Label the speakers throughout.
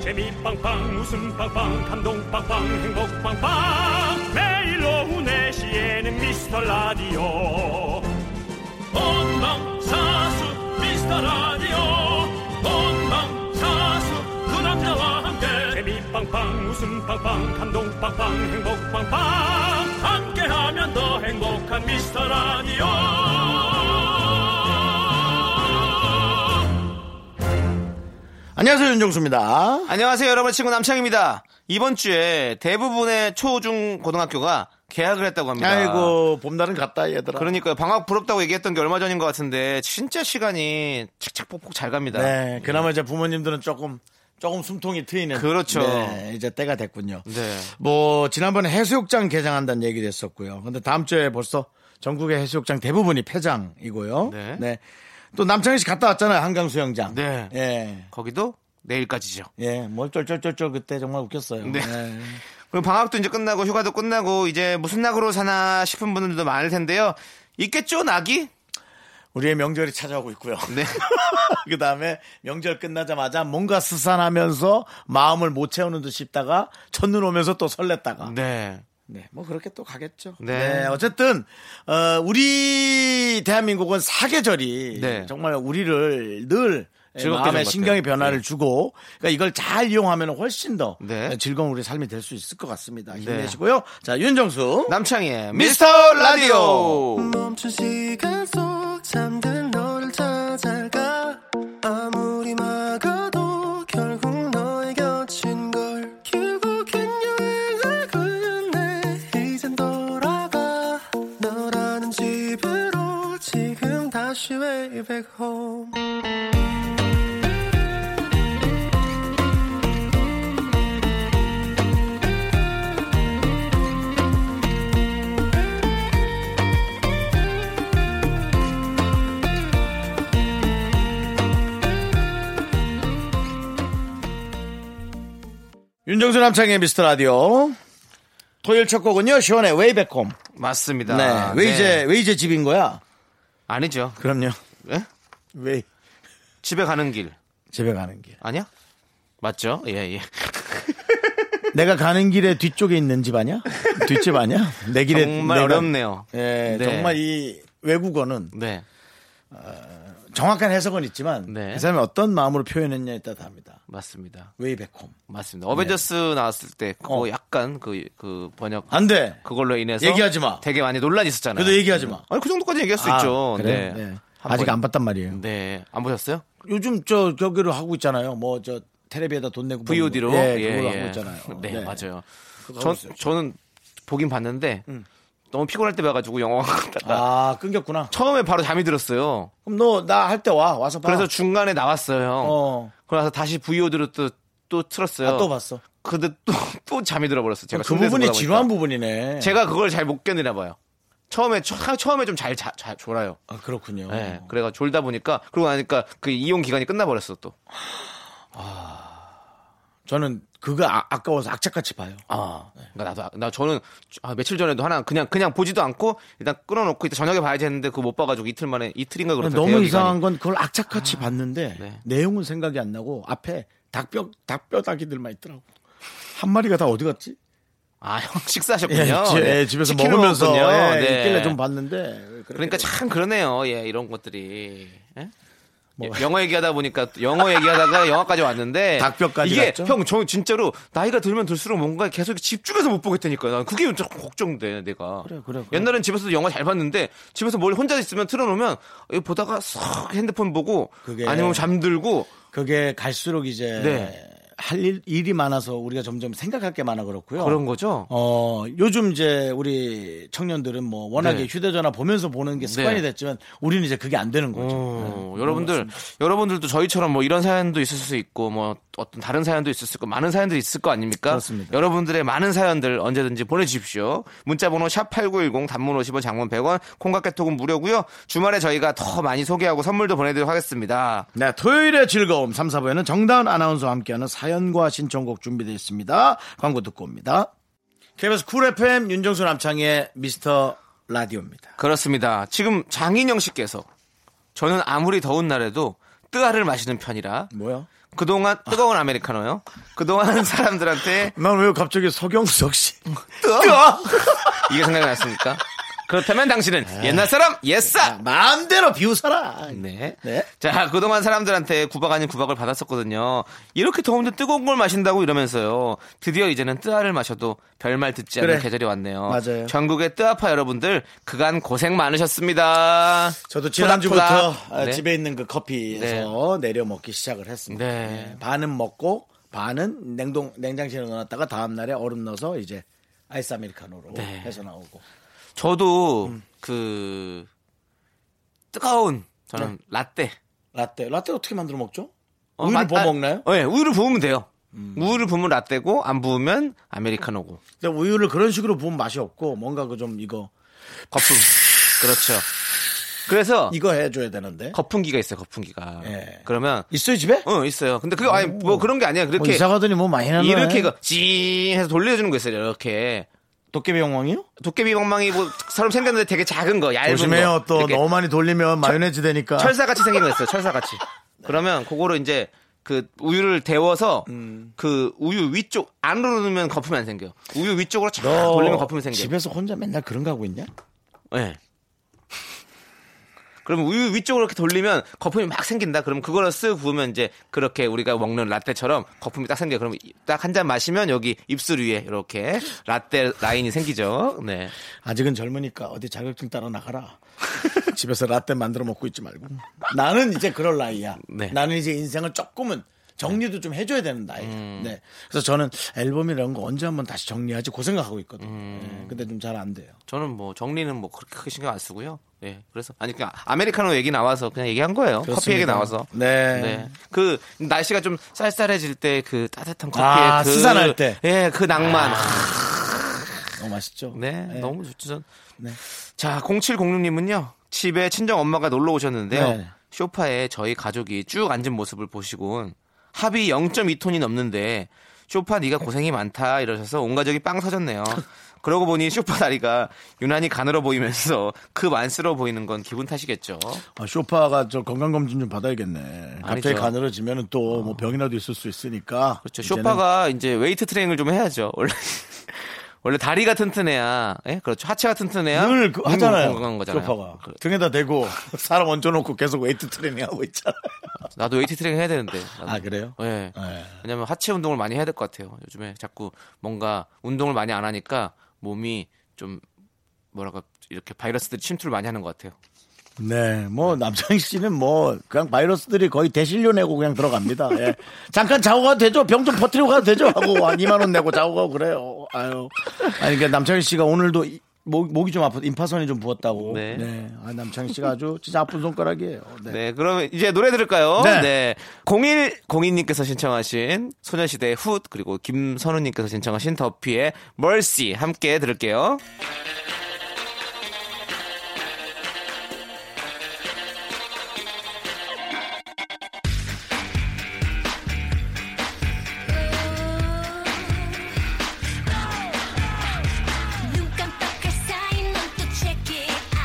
Speaker 1: 재미 빵빵 웃음 빵빵 감동 빵빵 행복 빵빵 매일 오후 네시에는 미스터 라디오 본방사수 미스터 라디오 본방사수 그 남자와 함께 재미 빵빵 웃음 빵빵 감동 빵빵 행복 빵빵 함께하면 더 행복한 미스터 라디오
Speaker 2: 안녕하세요 윤정수입니다.
Speaker 3: 안녕하세요, 여러분 친구 남창입니다. 이번 주에 대부분의 초중 고등학교가 개학을 했다고 합니다.
Speaker 2: 아이고 봄날은 갔다 얘들아.
Speaker 3: 그러니까요. 방학 부럽다고 얘기했던 게 얼마 전인 것 같은데 진짜 시간이 칙칙폭폭 잘 갑니다.
Speaker 2: 네, 그나마 이제 부모님들은 조금 조금 숨통이 트이는.
Speaker 3: 그렇죠.
Speaker 2: 네, 이제 때가 됐군요.
Speaker 3: 네.
Speaker 2: 뭐 지난번에 해수욕장 개장한다는 얘기도 했었고요. 근데 다음 주에 벌써 전국의 해수욕장 대부분이 폐장이고요.
Speaker 3: 네.
Speaker 2: 또 남창희 씨 갔다 왔잖아요 한강 수영장.
Speaker 3: 네.
Speaker 2: 예.
Speaker 3: 거기도 내일까지죠.
Speaker 2: 예, 뭘 쫄쫄쫄쫄 그때 정말 웃겼어요.
Speaker 3: 네.
Speaker 2: 예.
Speaker 3: 그럼 방학도 이제 끝나고 휴가도 끝나고 이제 무슨 낙으로 사나 싶은 분들도 많을 텐데요. 있겠죠, 낙이?
Speaker 2: 우리의 명절이 찾아오고 있고요.
Speaker 3: 네.
Speaker 2: 그 다음에 명절 끝나자마자 뭔가 스산하면서 마음을 못 채우는 듯 싶다가 첫눈 오면서 또 설렜다가.
Speaker 3: 네.
Speaker 2: 네, 뭐 그렇게 또 가겠죠.
Speaker 3: 네.
Speaker 2: 어쨌든 어, 우리 대한민국은 사계절이
Speaker 3: 네.
Speaker 2: 정말 우리를 늘
Speaker 3: 즐겁게 해준
Speaker 2: 마음에
Speaker 3: 것
Speaker 2: 신경의
Speaker 3: 같아요.
Speaker 2: 변화를 주고 그러니까 이걸 잘 이용하면 훨씬 더
Speaker 3: 네.
Speaker 2: 즐거운 우리 삶이 될 수 있을 것 같습니다. 힘내시고요. 자, 윤정수.
Speaker 3: 남창희의 미스터 라디오!
Speaker 4: 멈춘 시간 속 잠든 너를 찾아가 아무리 막아도 결국 너의 곁인 걸 결국엔 여행을 걸렸네 이젠 돌아가 너라는 집으로 지금 다시 way back home
Speaker 2: 윤정수 남창의 미스터 라디오. 토요일 첫 곡은요. 시원의 웨이백홈.
Speaker 3: 맞습니다.
Speaker 2: 네. 왜
Speaker 3: 네.
Speaker 2: 이제 왜 이제 집인 거야?
Speaker 3: 아니죠.
Speaker 2: 그럼요.
Speaker 3: 예?
Speaker 2: 왜
Speaker 3: 집에 가는 길.
Speaker 2: 집에 가는 길.
Speaker 3: 아니야? 맞죠? 예, 예.
Speaker 2: 내가 가는 길에 뒤쪽에 있는 집 아니야? 뒷집 아니야? 내 길에
Speaker 3: 정말
Speaker 2: 내가-
Speaker 3: 어렵네요.
Speaker 2: 예,
Speaker 3: 네.
Speaker 2: 정말 이 외국어는
Speaker 3: 네.
Speaker 2: 정확한 해석은 있지만
Speaker 3: 네.
Speaker 2: 그 사람이 어떤 마음으로 표현했냐에 따라 다릅니다.
Speaker 3: 맞습니다.
Speaker 2: 웨이백홈.
Speaker 3: 맞습니다. 어벤져스 나왔을 때 그거
Speaker 2: 네. 어.
Speaker 3: 약간 그, 그 번역
Speaker 2: 안 돼.
Speaker 3: 그걸로 인해서
Speaker 2: 얘기하지 마.
Speaker 3: 되게 많이 논란이 있었잖아요.
Speaker 2: 그래도 얘기하지 마.
Speaker 3: 아니 그 정도까지 얘기할 수
Speaker 2: 아,
Speaker 3: 있죠.
Speaker 2: 그래요?
Speaker 3: 네.
Speaker 2: 네.
Speaker 3: 한
Speaker 2: 아직
Speaker 3: 번-
Speaker 2: 안 봤단 말이에요.
Speaker 3: 네. 안 보셨어요?
Speaker 2: 요즘 저 저기로 하고 있잖아요. 뭐 저 텔레비에다 돈 내고 보는 거.
Speaker 3: VOD로
Speaker 2: 예, 그걸로 하고 있잖아요.
Speaker 3: 네, 맞아요.
Speaker 2: 그거 하고
Speaker 3: 전
Speaker 2: 있어요. 음.
Speaker 3: 저는 보긴 봤는데 너무 피곤할 때 봐가지고 영화 갔다가
Speaker 2: 아 끊겼구나.
Speaker 3: 처음에 바로 잠이 들었어요.
Speaker 2: 그럼 너 나 할 때 와 와서 봐.
Speaker 3: 그래서 중간에 나왔어요.
Speaker 2: 아. 어.
Speaker 3: 그래서 다시 VOD로 또, 또 틀었어요.
Speaker 2: 아, 또 봤어.
Speaker 3: 근데 또, 또 잠이 들어버렸어요. 제가
Speaker 2: 그
Speaker 3: 침대에서
Speaker 2: 부분이
Speaker 3: 보다 보니까.
Speaker 2: 지루한 부분이네.
Speaker 3: 제가 그걸 잘 못 견디나 봐요. 처음에, 처, 음에 좀 잘 졸아요.
Speaker 2: 아, 그렇군요.
Speaker 3: 예, 그래가 졸다 보니까, 그러고 나니까 그 이용 기간이 끝나버렸어, 또.
Speaker 2: 저는 그거 아, 까워서 악착같이 봐요.
Speaker 3: 아, 그러니까 나도, 아- 나 저는 아, 며칠 전에도 하나 그냥, 그냥 보지도 않고 일단 끊어놓고 이따 저녁에 봐야지 했는데 그거 못 봐가지고 이틀 만에, 이틀인가 그렇다
Speaker 2: 너무 이상한 건 그걸 악착같이 봤는데
Speaker 3: 네.
Speaker 2: 내용은 생각이 안 나고 앞에 닭뼈 닭뼈다귀들만 있더라고. 한 마리가 다 어디 갔지?
Speaker 3: 아, 형 식사하셨군요.
Speaker 2: 지-
Speaker 3: 네.
Speaker 2: 예, 집에서
Speaker 3: 치킨을
Speaker 2: 먹으면서
Speaker 3: 먹었군요.
Speaker 2: 예,
Speaker 3: 네.
Speaker 2: 있길래 좀 봤는데
Speaker 3: 그러니까 참 그러네요. 예, 이런 것들이. 예?
Speaker 2: 뭐.
Speaker 3: 예, 영어 얘기하다 보니까 또 영어 얘기하다가 영화까지 왔는데
Speaker 2: 닭뼈까지
Speaker 3: 이게
Speaker 2: 갔죠?
Speaker 3: 형 저 진짜로 나이가 들면 들수록 뭔가 계속 집중해서 못 보겠다니까 난 그게 좀 걱정돼 내가
Speaker 2: 그래, 그래, 그래.
Speaker 3: 옛날엔 집에서도 영화 잘 봤는데 집에서 뭘 혼자 있으면 틀어놓으면 이거 보다가 쏙 핸드폰 보고
Speaker 2: 그게-
Speaker 3: 아니면 잠들고
Speaker 2: 그게 갈수록 이제
Speaker 3: 네.
Speaker 2: 할 일, 일이 많아서 우리가 점점 생각할 게 많아 그렇고요.
Speaker 3: 그런 거죠
Speaker 2: 어, 요즘 이제 우리 청년들은 뭐 워낙에
Speaker 3: 네.
Speaker 2: 휴대전화 보면서 보는 게 습관이
Speaker 3: 네.
Speaker 2: 됐지만 우리는 이제 네, 그게 안 되는 거죠.
Speaker 3: 어, 여러분들, 여러분들도 저희처럼 뭐 이런 사연도 있을 수 있고 뭐 어떤 다른 사연도 있을 수 있고 많은 사연들이 있을 거 아닙니까?
Speaker 2: 그렇습니다.
Speaker 3: 여러분들의 많은 사연들 언제든지 보내주십시오. 문자번호 샵 #8910 단문 50원, 장문 100원, 콩깍개톡은 무료고요. 주말에 저희가 더 많이 소개하고 선물도 보내드리도록 하겠습니다.
Speaker 2: 네, 토요일의 즐거움 3, 4부에는 정다은 아나운서와 함께하는 사연과 신청곡 준비되어 있습니다. 광고 듣고 옵니다. KBS 쿨 FM 윤정수 남창의 미스터 라디오입니다.
Speaker 3: 그렇습니다. 지금 장인영 씨께서 저는 아무리 더운 날에도 뜨아를 마시는 편이라
Speaker 2: 뭐요?
Speaker 3: 그동안 뜨거운 아메리카노요. 그동안 사람들한테
Speaker 2: 난 왜 갑자기 서경석 씨?
Speaker 3: 뜨거 이게 생각이 났습니까? 그렇다면 당신은 옛날 사람 옛사
Speaker 2: 아, 마음대로 비웃어라.
Speaker 3: 네.
Speaker 2: 아. 네.
Speaker 3: 자, 그동안 사람들한테 구박 아닌 구박을 받았었거든요. 이렇게 더운데 뜨거운 걸 마신다고 이러면서요. 드디어 이제는 뜨아를 마셔도 별말 듣지 않는
Speaker 2: 그래.
Speaker 3: 계절이 왔네요.
Speaker 2: 맞아요.
Speaker 3: 전국의 뜨아파 여러분들 그간 고생 많으셨습니다.
Speaker 2: 저도 지난주부터
Speaker 3: 토닥토닥.
Speaker 2: 아,
Speaker 3: 네.
Speaker 2: 집에 있는 그 커피에서 내려 먹기 시작을 했습니다.
Speaker 3: 네.
Speaker 2: 네, 반은 먹고 반은 냉동 냉장실에 넣어놨다가 다음 날에 얼음 넣어서 이제 아이스 아메리카노로
Speaker 3: 네.
Speaker 2: 해서 나오고.
Speaker 3: 저도
Speaker 2: 음.
Speaker 3: 그 뜨거운 저는 라떼.
Speaker 2: 라떼 라떼 어떻게 만들어 먹죠?
Speaker 3: 어,
Speaker 2: 네.
Speaker 3: 맛-
Speaker 2: 우유를 부어 먹나요? 음.
Speaker 3: 아, 네, 우유를 부으면 돼요. 우유를 부으면 라떼고 안 부으면 아메리카노고.
Speaker 2: 근데 우유를 그런 식으로 부으면 맛이 없고 뭔가 그 좀 이거
Speaker 3: 거품. 그렇죠. 그래서
Speaker 2: 이거 해줘야 되는데
Speaker 3: 거품기가 있어요. 거품기가.
Speaker 2: 예.
Speaker 3: 그러면
Speaker 2: 있어요 집에?
Speaker 3: 어 있어요. 근데 그거 아니 뭐 그런 게 아니야.
Speaker 2: 뭐
Speaker 3: 그렇게
Speaker 2: 이사 가더니 뭐 많이 나네.
Speaker 3: 이렇게 그, 찡 해서 돌려주는 거 있어요. 이렇게
Speaker 2: 도깨비 영왕이요?
Speaker 3: 도깨비 방망이 뭐처럼 생겼는데 되게 작은 거 얇은
Speaker 2: 조심해요
Speaker 3: 거.
Speaker 2: 또
Speaker 3: 이렇게
Speaker 2: 너무 아. 많이 돌리면 마요네즈 되니까.
Speaker 3: 철사 같이 생긴 거 있어요. 철사 같이. 그러면 그거를 이제 그 우유를 데워서
Speaker 2: 음.
Speaker 3: 그 우유 위쪽 안으로 넣으면 거품이 안 생겨. 요 우유 위쪽으로 쫙
Speaker 2: 너
Speaker 3: 돌리면 거품이 생겨. 요
Speaker 2: 어, 집에서 혼자 맨날 그런 거 하고 있냐?
Speaker 3: 예. 그럼 우유 위쪽으로 이렇게 돌리면 거품이 막 생긴다. 그럼 그거를 쓱 부으면 이제 그렇게 우리가 먹는 라떼처럼 거품이 딱 생겨. 요 그럼 딱 한 잔 마시면 여기 입술 위에 이렇게 라떼 라인이 생기죠. 네.
Speaker 2: 아직은 젊으니까 어디 자격증 따러 나가라. 집에서 라떼 만들어 먹고 있지 말고. 나는 이제 그럴 나이야.
Speaker 3: 네.
Speaker 2: 나는 이제 인생을 조금은 정리도 좀 해줘야 되는 나이.
Speaker 3: 음.
Speaker 2: 네. 그래서 저는 앨범이라는 거 언제 한번 다시 정리하지 고 생각하고 있거든요.
Speaker 3: 음.
Speaker 2: 네. 근데 좀 잘 안 돼요.
Speaker 3: 저는 뭐 정리는 뭐 그렇게 크게 신경 안 쓰고요. 예. 그래서 아니 그냥 아메리카노 얘기 나와서 그냥 얘기한 거예요. 커피 얘기
Speaker 2: 그렇습니다.
Speaker 3: 나와서.
Speaker 2: 네.
Speaker 3: 네. 그 날씨가 좀 쌀쌀해질 때 그 따뜻한 커피의
Speaker 2: 아,
Speaker 3: 그
Speaker 2: 스산할 때. 아.
Speaker 3: 예, 그 낭만.
Speaker 2: 너무 맛있죠?
Speaker 3: 네, 너무 좋죠. 전.
Speaker 2: 네.
Speaker 3: 자, 0706님은요. 집에 친정 엄마가 놀러 오셨는데요.
Speaker 2: 네.
Speaker 3: 쇼파에 저희 가족이 쭉 앉은 모습을 보시곤 합이 0.2톤이 넘는데 쇼파 네가 고생이 많다 이러셔서 온 가족이 빵 터졌네요. 그러고 보니 쇼파 다리가 유난히 가늘어 보이면서 급 안쓰러워 보이는 건 기분 탓이겠죠.
Speaker 2: 아, 쇼파가 저 건강검진 좀 받아야겠네. 갑자기
Speaker 3: 아니죠.
Speaker 2: 가늘어지면 또 뭐 병이라도 있을 수 있으니까.
Speaker 3: 그렇죠.
Speaker 2: 이제는
Speaker 3: 쇼파가 이제 웨이트 트레이닝을 좀 해야죠. 원래 원래 다리가 튼튼해야, 예, 그렇죠. 하체가 튼튼해야 음,
Speaker 2: 늘그 하잖아요.
Speaker 3: 건강한 거잖아요.
Speaker 2: 쇼파가.
Speaker 3: 그-
Speaker 2: 등에다 대고 사람 얹어놓고 계속 웨이트 트레이닝 하고 있잖아요.
Speaker 3: 나도 웨이트 트레이닝 해야 되는데. 나도.
Speaker 2: 아, 그래요?
Speaker 3: 예.
Speaker 2: 네.
Speaker 3: 왜냐면 하체 운동을 많이 해야 될 것 같아요. 요즘에 자꾸 뭔가 운동을 많이 안 하니까 몸이 좀 뭐랄까 이렇게 바이러스들이 침투를 많이 하는 것 같아요.
Speaker 2: 네, 뭐 남창희 씨는 뭐 그냥 바이러스들이 거의 대실료 내고 그냥 들어갑니다. 예. 잠깐 자고 가도 되죠. 병 좀 퍼뜨리고 가도 되죠. 하고 한 2만 원 내고 자고 가고 그래요. 아유, 아니 그러니까 남창희 씨가 오늘도 이- 목, 목이 좀 아프, 임파선이 좀 부었다고. 네,
Speaker 3: 네.
Speaker 2: 아, 남창희 씨가 아주 진짜 아픈 손가락이에요. 네.
Speaker 3: 네. 그럼 이제 노래 들을까요?
Speaker 2: 네.
Speaker 3: 0102님께서 신청하신 소녀시대 의훗 그리고 김선우님께서 신청하신 더피의 멀시 함께 들을게요.
Speaker 5: 눈 깜빡할 사이 넌 또 check it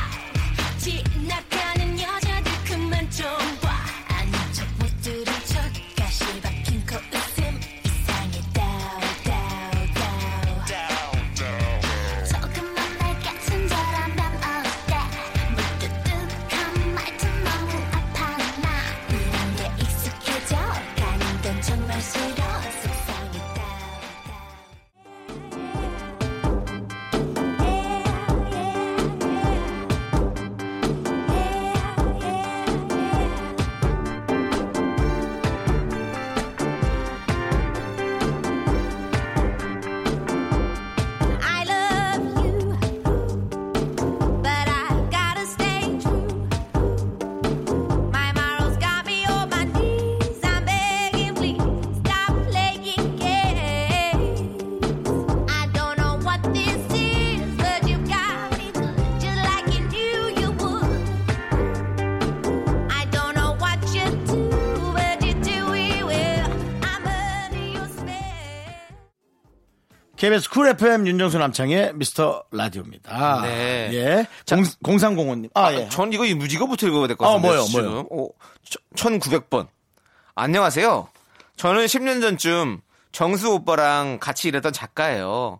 Speaker 5: out 지나가는 여자들 그만 좀 봐 아닌 척 못 들은 척 가시 박힌 코웃음 이상해 다오 다오 다오 조금만 날 같은 저런 밤 어때 무뚝뚝한 말투 너무 아파 나 이런 게 익숙해져 가는 건 정말 싫어 속상해 다오 다오 I love you, but I gotta stay true. My morals got me on my knees. I'm begging, please stop playing games. I don't know what this is, but you got me good, just like you knew you would. I don't know what you do, but you do it well. I'm under your spell.
Speaker 2: KBS 쿨 FM 윤정수 남창의 미스터 라디오입니다.
Speaker 3: 네.
Speaker 2: 예. 공, 공상공원님. 아, 예.
Speaker 3: 전 이거 무지거부터 읽어야 될 것
Speaker 2: 어,
Speaker 3: 같은데
Speaker 2: 뭐요,
Speaker 3: 지금
Speaker 2: 뭐요?
Speaker 3: 어, 1900번 안녕하세요 저는 10년 전쯤 정수 오빠랑 같이 일했던 작가예요.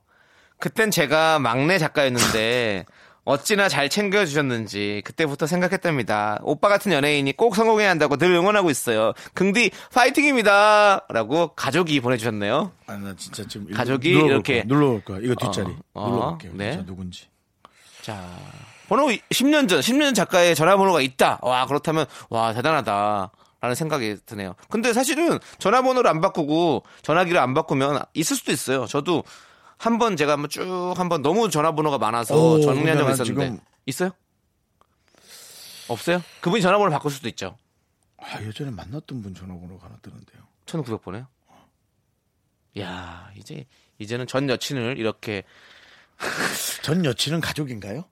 Speaker 3: 그땐 제가 막내 작가였는데 어찌나 잘 챙겨주셨는지 그때부터 생각했답니다. 오빠 같은 연예인이 꼭 성공해야 한다고 늘 응원하고 있어요. 긍디 파이팅입니다. 라고 가족이 보내주셨네요.
Speaker 2: 아, 나 진짜 지금 일로
Speaker 3: 가족이
Speaker 2: 눌러볼
Speaker 3: 이렇게-
Speaker 2: 거야. 눌러볼 거야. 이거 뒷자리.
Speaker 3: 어,
Speaker 2: 눌러볼게요.
Speaker 3: 네.
Speaker 2: 진짜 누군지.
Speaker 3: 자, 번호 10년 전, 10년 전 작가의 전화번호가 있다. 와, 그렇다면, 와, 대단하다. 라는 생각이 드네요. 근데 사실은 전화번호를 안 바꾸고 전화기를 안 바꾸면 있을 수도 있어요. 저도 한 번 제가 한번 쭉 한번 너무 전화번호가 많아서
Speaker 2: 오,
Speaker 3: 정리한 적이
Speaker 2: 근데 난
Speaker 3: 있었는데.
Speaker 2: 지금-
Speaker 3: 있어요? 없어요? 그분이 전화번호 바꿀 수도 있죠.
Speaker 2: 아, 예전에 만났던 분 전화번호가 하나 뜨는데요.
Speaker 3: 1900번에요? 야, 이제 이제는 전 여친을 이렇게
Speaker 2: 전 여친은 가족인가요?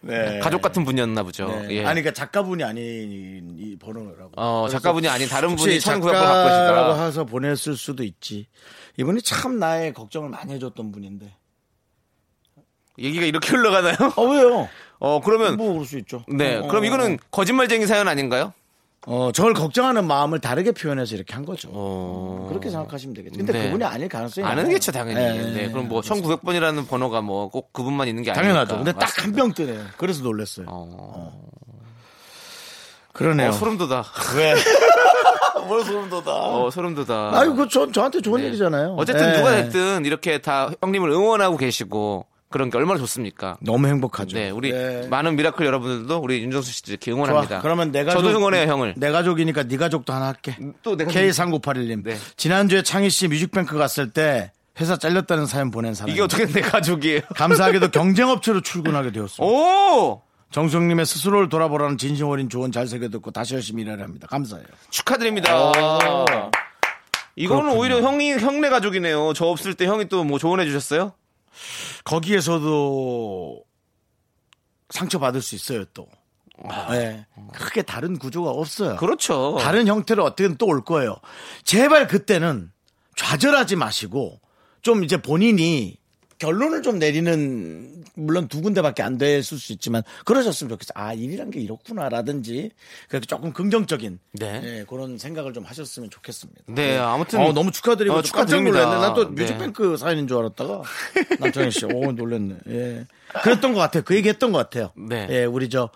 Speaker 2: 네.
Speaker 3: 가족 같은 분이었나 보죠.
Speaker 2: 네.
Speaker 3: 예.
Speaker 2: 아니, 그러니까 작가분이 아닌 이 번호라고.
Speaker 3: 어, 작가분이 아닌 다른 분이
Speaker 2: 혹시
Speaker 3: 1900번 바꾸시더라.
Speaker 2: 작가라고 해서 보냈을 수도 있지. 이분이 참 나의 걱정을 많이 해줬던 분인데.
Speaker 3: 얘기가 이렇게 흘러가나요?
Speaker 2: 아, 왜요?
Speaker 3: 어, 그러면
Speaker 2: 뭐 그럴 수 있죠.
Speaker 3: 네,
Speaker 2: 어,
Speaker 3: 그럼
Speaker 2: 어,
Speaker 3: 이거는 거짓말쟁이 사연 아닌가요?
Speaker 2: 어, 저를 걱정하는 마음을 다르게 표현해서 이렇게 한 거죠.
Speaker 3: 어.
Speaker 2: 그렇게 생각하시면 되겠죠. 근데
Speaker 3: 네.
Speaker 2: 그분이 아닐 가능성이
Speaker 3: 안
Speaker 2: 많아요.
Speaker 3: 하겠죠, 당연히. 네, 그럼 뭐 1900번이라는 번호가 뭐 꼭 그분만 있는 게 아니니까.
Speaker 2: 당연하죠. 근데 딱 한 병 뜨네요. 그래서 놀랐어요.
Speaker 3: 어.
Speaker 2: 그러네요.
Speaker 3: 어, 소름 돋아.
Speaker 2: 왜? 뭘 소름 돋아?
Speaker 3: 어, 소름 돋아.
Speaker 2: 아유, 그, 저, 저한테 좋은
Speaker 3: 네.
Speaker 2: 일이잖아요.
Speaker 3: 어쨌든
Speaker 2: 예.
Speaker 3: 누가 네. 됐든 이렇게 다 형님을 응원하고 계시고 그런 게 얼마나 좋습니까?
Speaker 2: 너무 행복하죠.
Speaker 3: 네, 우리
Speaker 2: 예.
Speaker 3: 많은 미라클 여러분들도 우리 윤정수 씨 이렇게
Speaker 2: 좋아.
Speaker 3: 응원합니다.
Speaker 2: 그러면 내 가족.
Speaker 3: 저도 응원해요, 형을. 음,
Speaker 2: 내 가족이니까 네 가족도 하나 할게.
Speaker 3: 또 내가
Speaker 2: K3981님.
Speaker 3: 네.
Speaker 2: 지난주에 창희 씨 뮤직뱅크 갔을 때 회사 잘렸다는 사연 보낸 사람.
Speaker 3: 이게 어떻게 내 가족이에요?
Speaker 2: 감사하게도 경쟁업체로 출근하게 되었습니다.
Speaker 3: 어? 오!
Speaker 2: 정수영님의 스스로를 돌아보라는 진심 어린 조언 잘 새겨 듣고 다시 열심히 일하려 합니다. 감사해요.
Speaker 3: 축하드립니다. 아. 이거는 오히려 형이 형네 가족이네요. 저 없을 때 형이 또 뭐 조언해 주셨어요?
Speaker 2: 거기에서도 상처받을 수 있어요, 또.
Speaker 3: 아.
Speaker 2: 예. 크게 다른 구조가 없어요.
Speaker 3: 그렇죠.
Speaker 2: 다른 형태로 어떻게든 또 올 거예요. 제발 그때는 좌절하지 마시고 좀 이제 본인이 결론을 좀 내리는 물론 두 군데밖에 안 됐을 수 있지만 그러셨으면 좋겠어요. 아 일이란 게 이렇구나라든지 그렇게 조금 긍정적인
Speaker 3: 네.
Speaker 2: 예, 그런 생각을 좀 하셨으면 좋겠습니다.
Speaker 3: 네, 아무튼
Speaker 2: 어, 너무 축하드리고
Speaker 3: 어,
Speaker 2: 또 깜짝
Speaker 3: 축하드립니다.
Speaker 2: 놀랐네. 난 또
Speaker 3: 네.
Speaker 2: 뮤직뱅크 사연인 줄 알았다가 남창희 씨, 오 놀랐네. 예, 그랬던 것 같아요. 그 얘기했던 것 같아요.
Speaker 3: 네.
Speaker 2: 예, 우리 저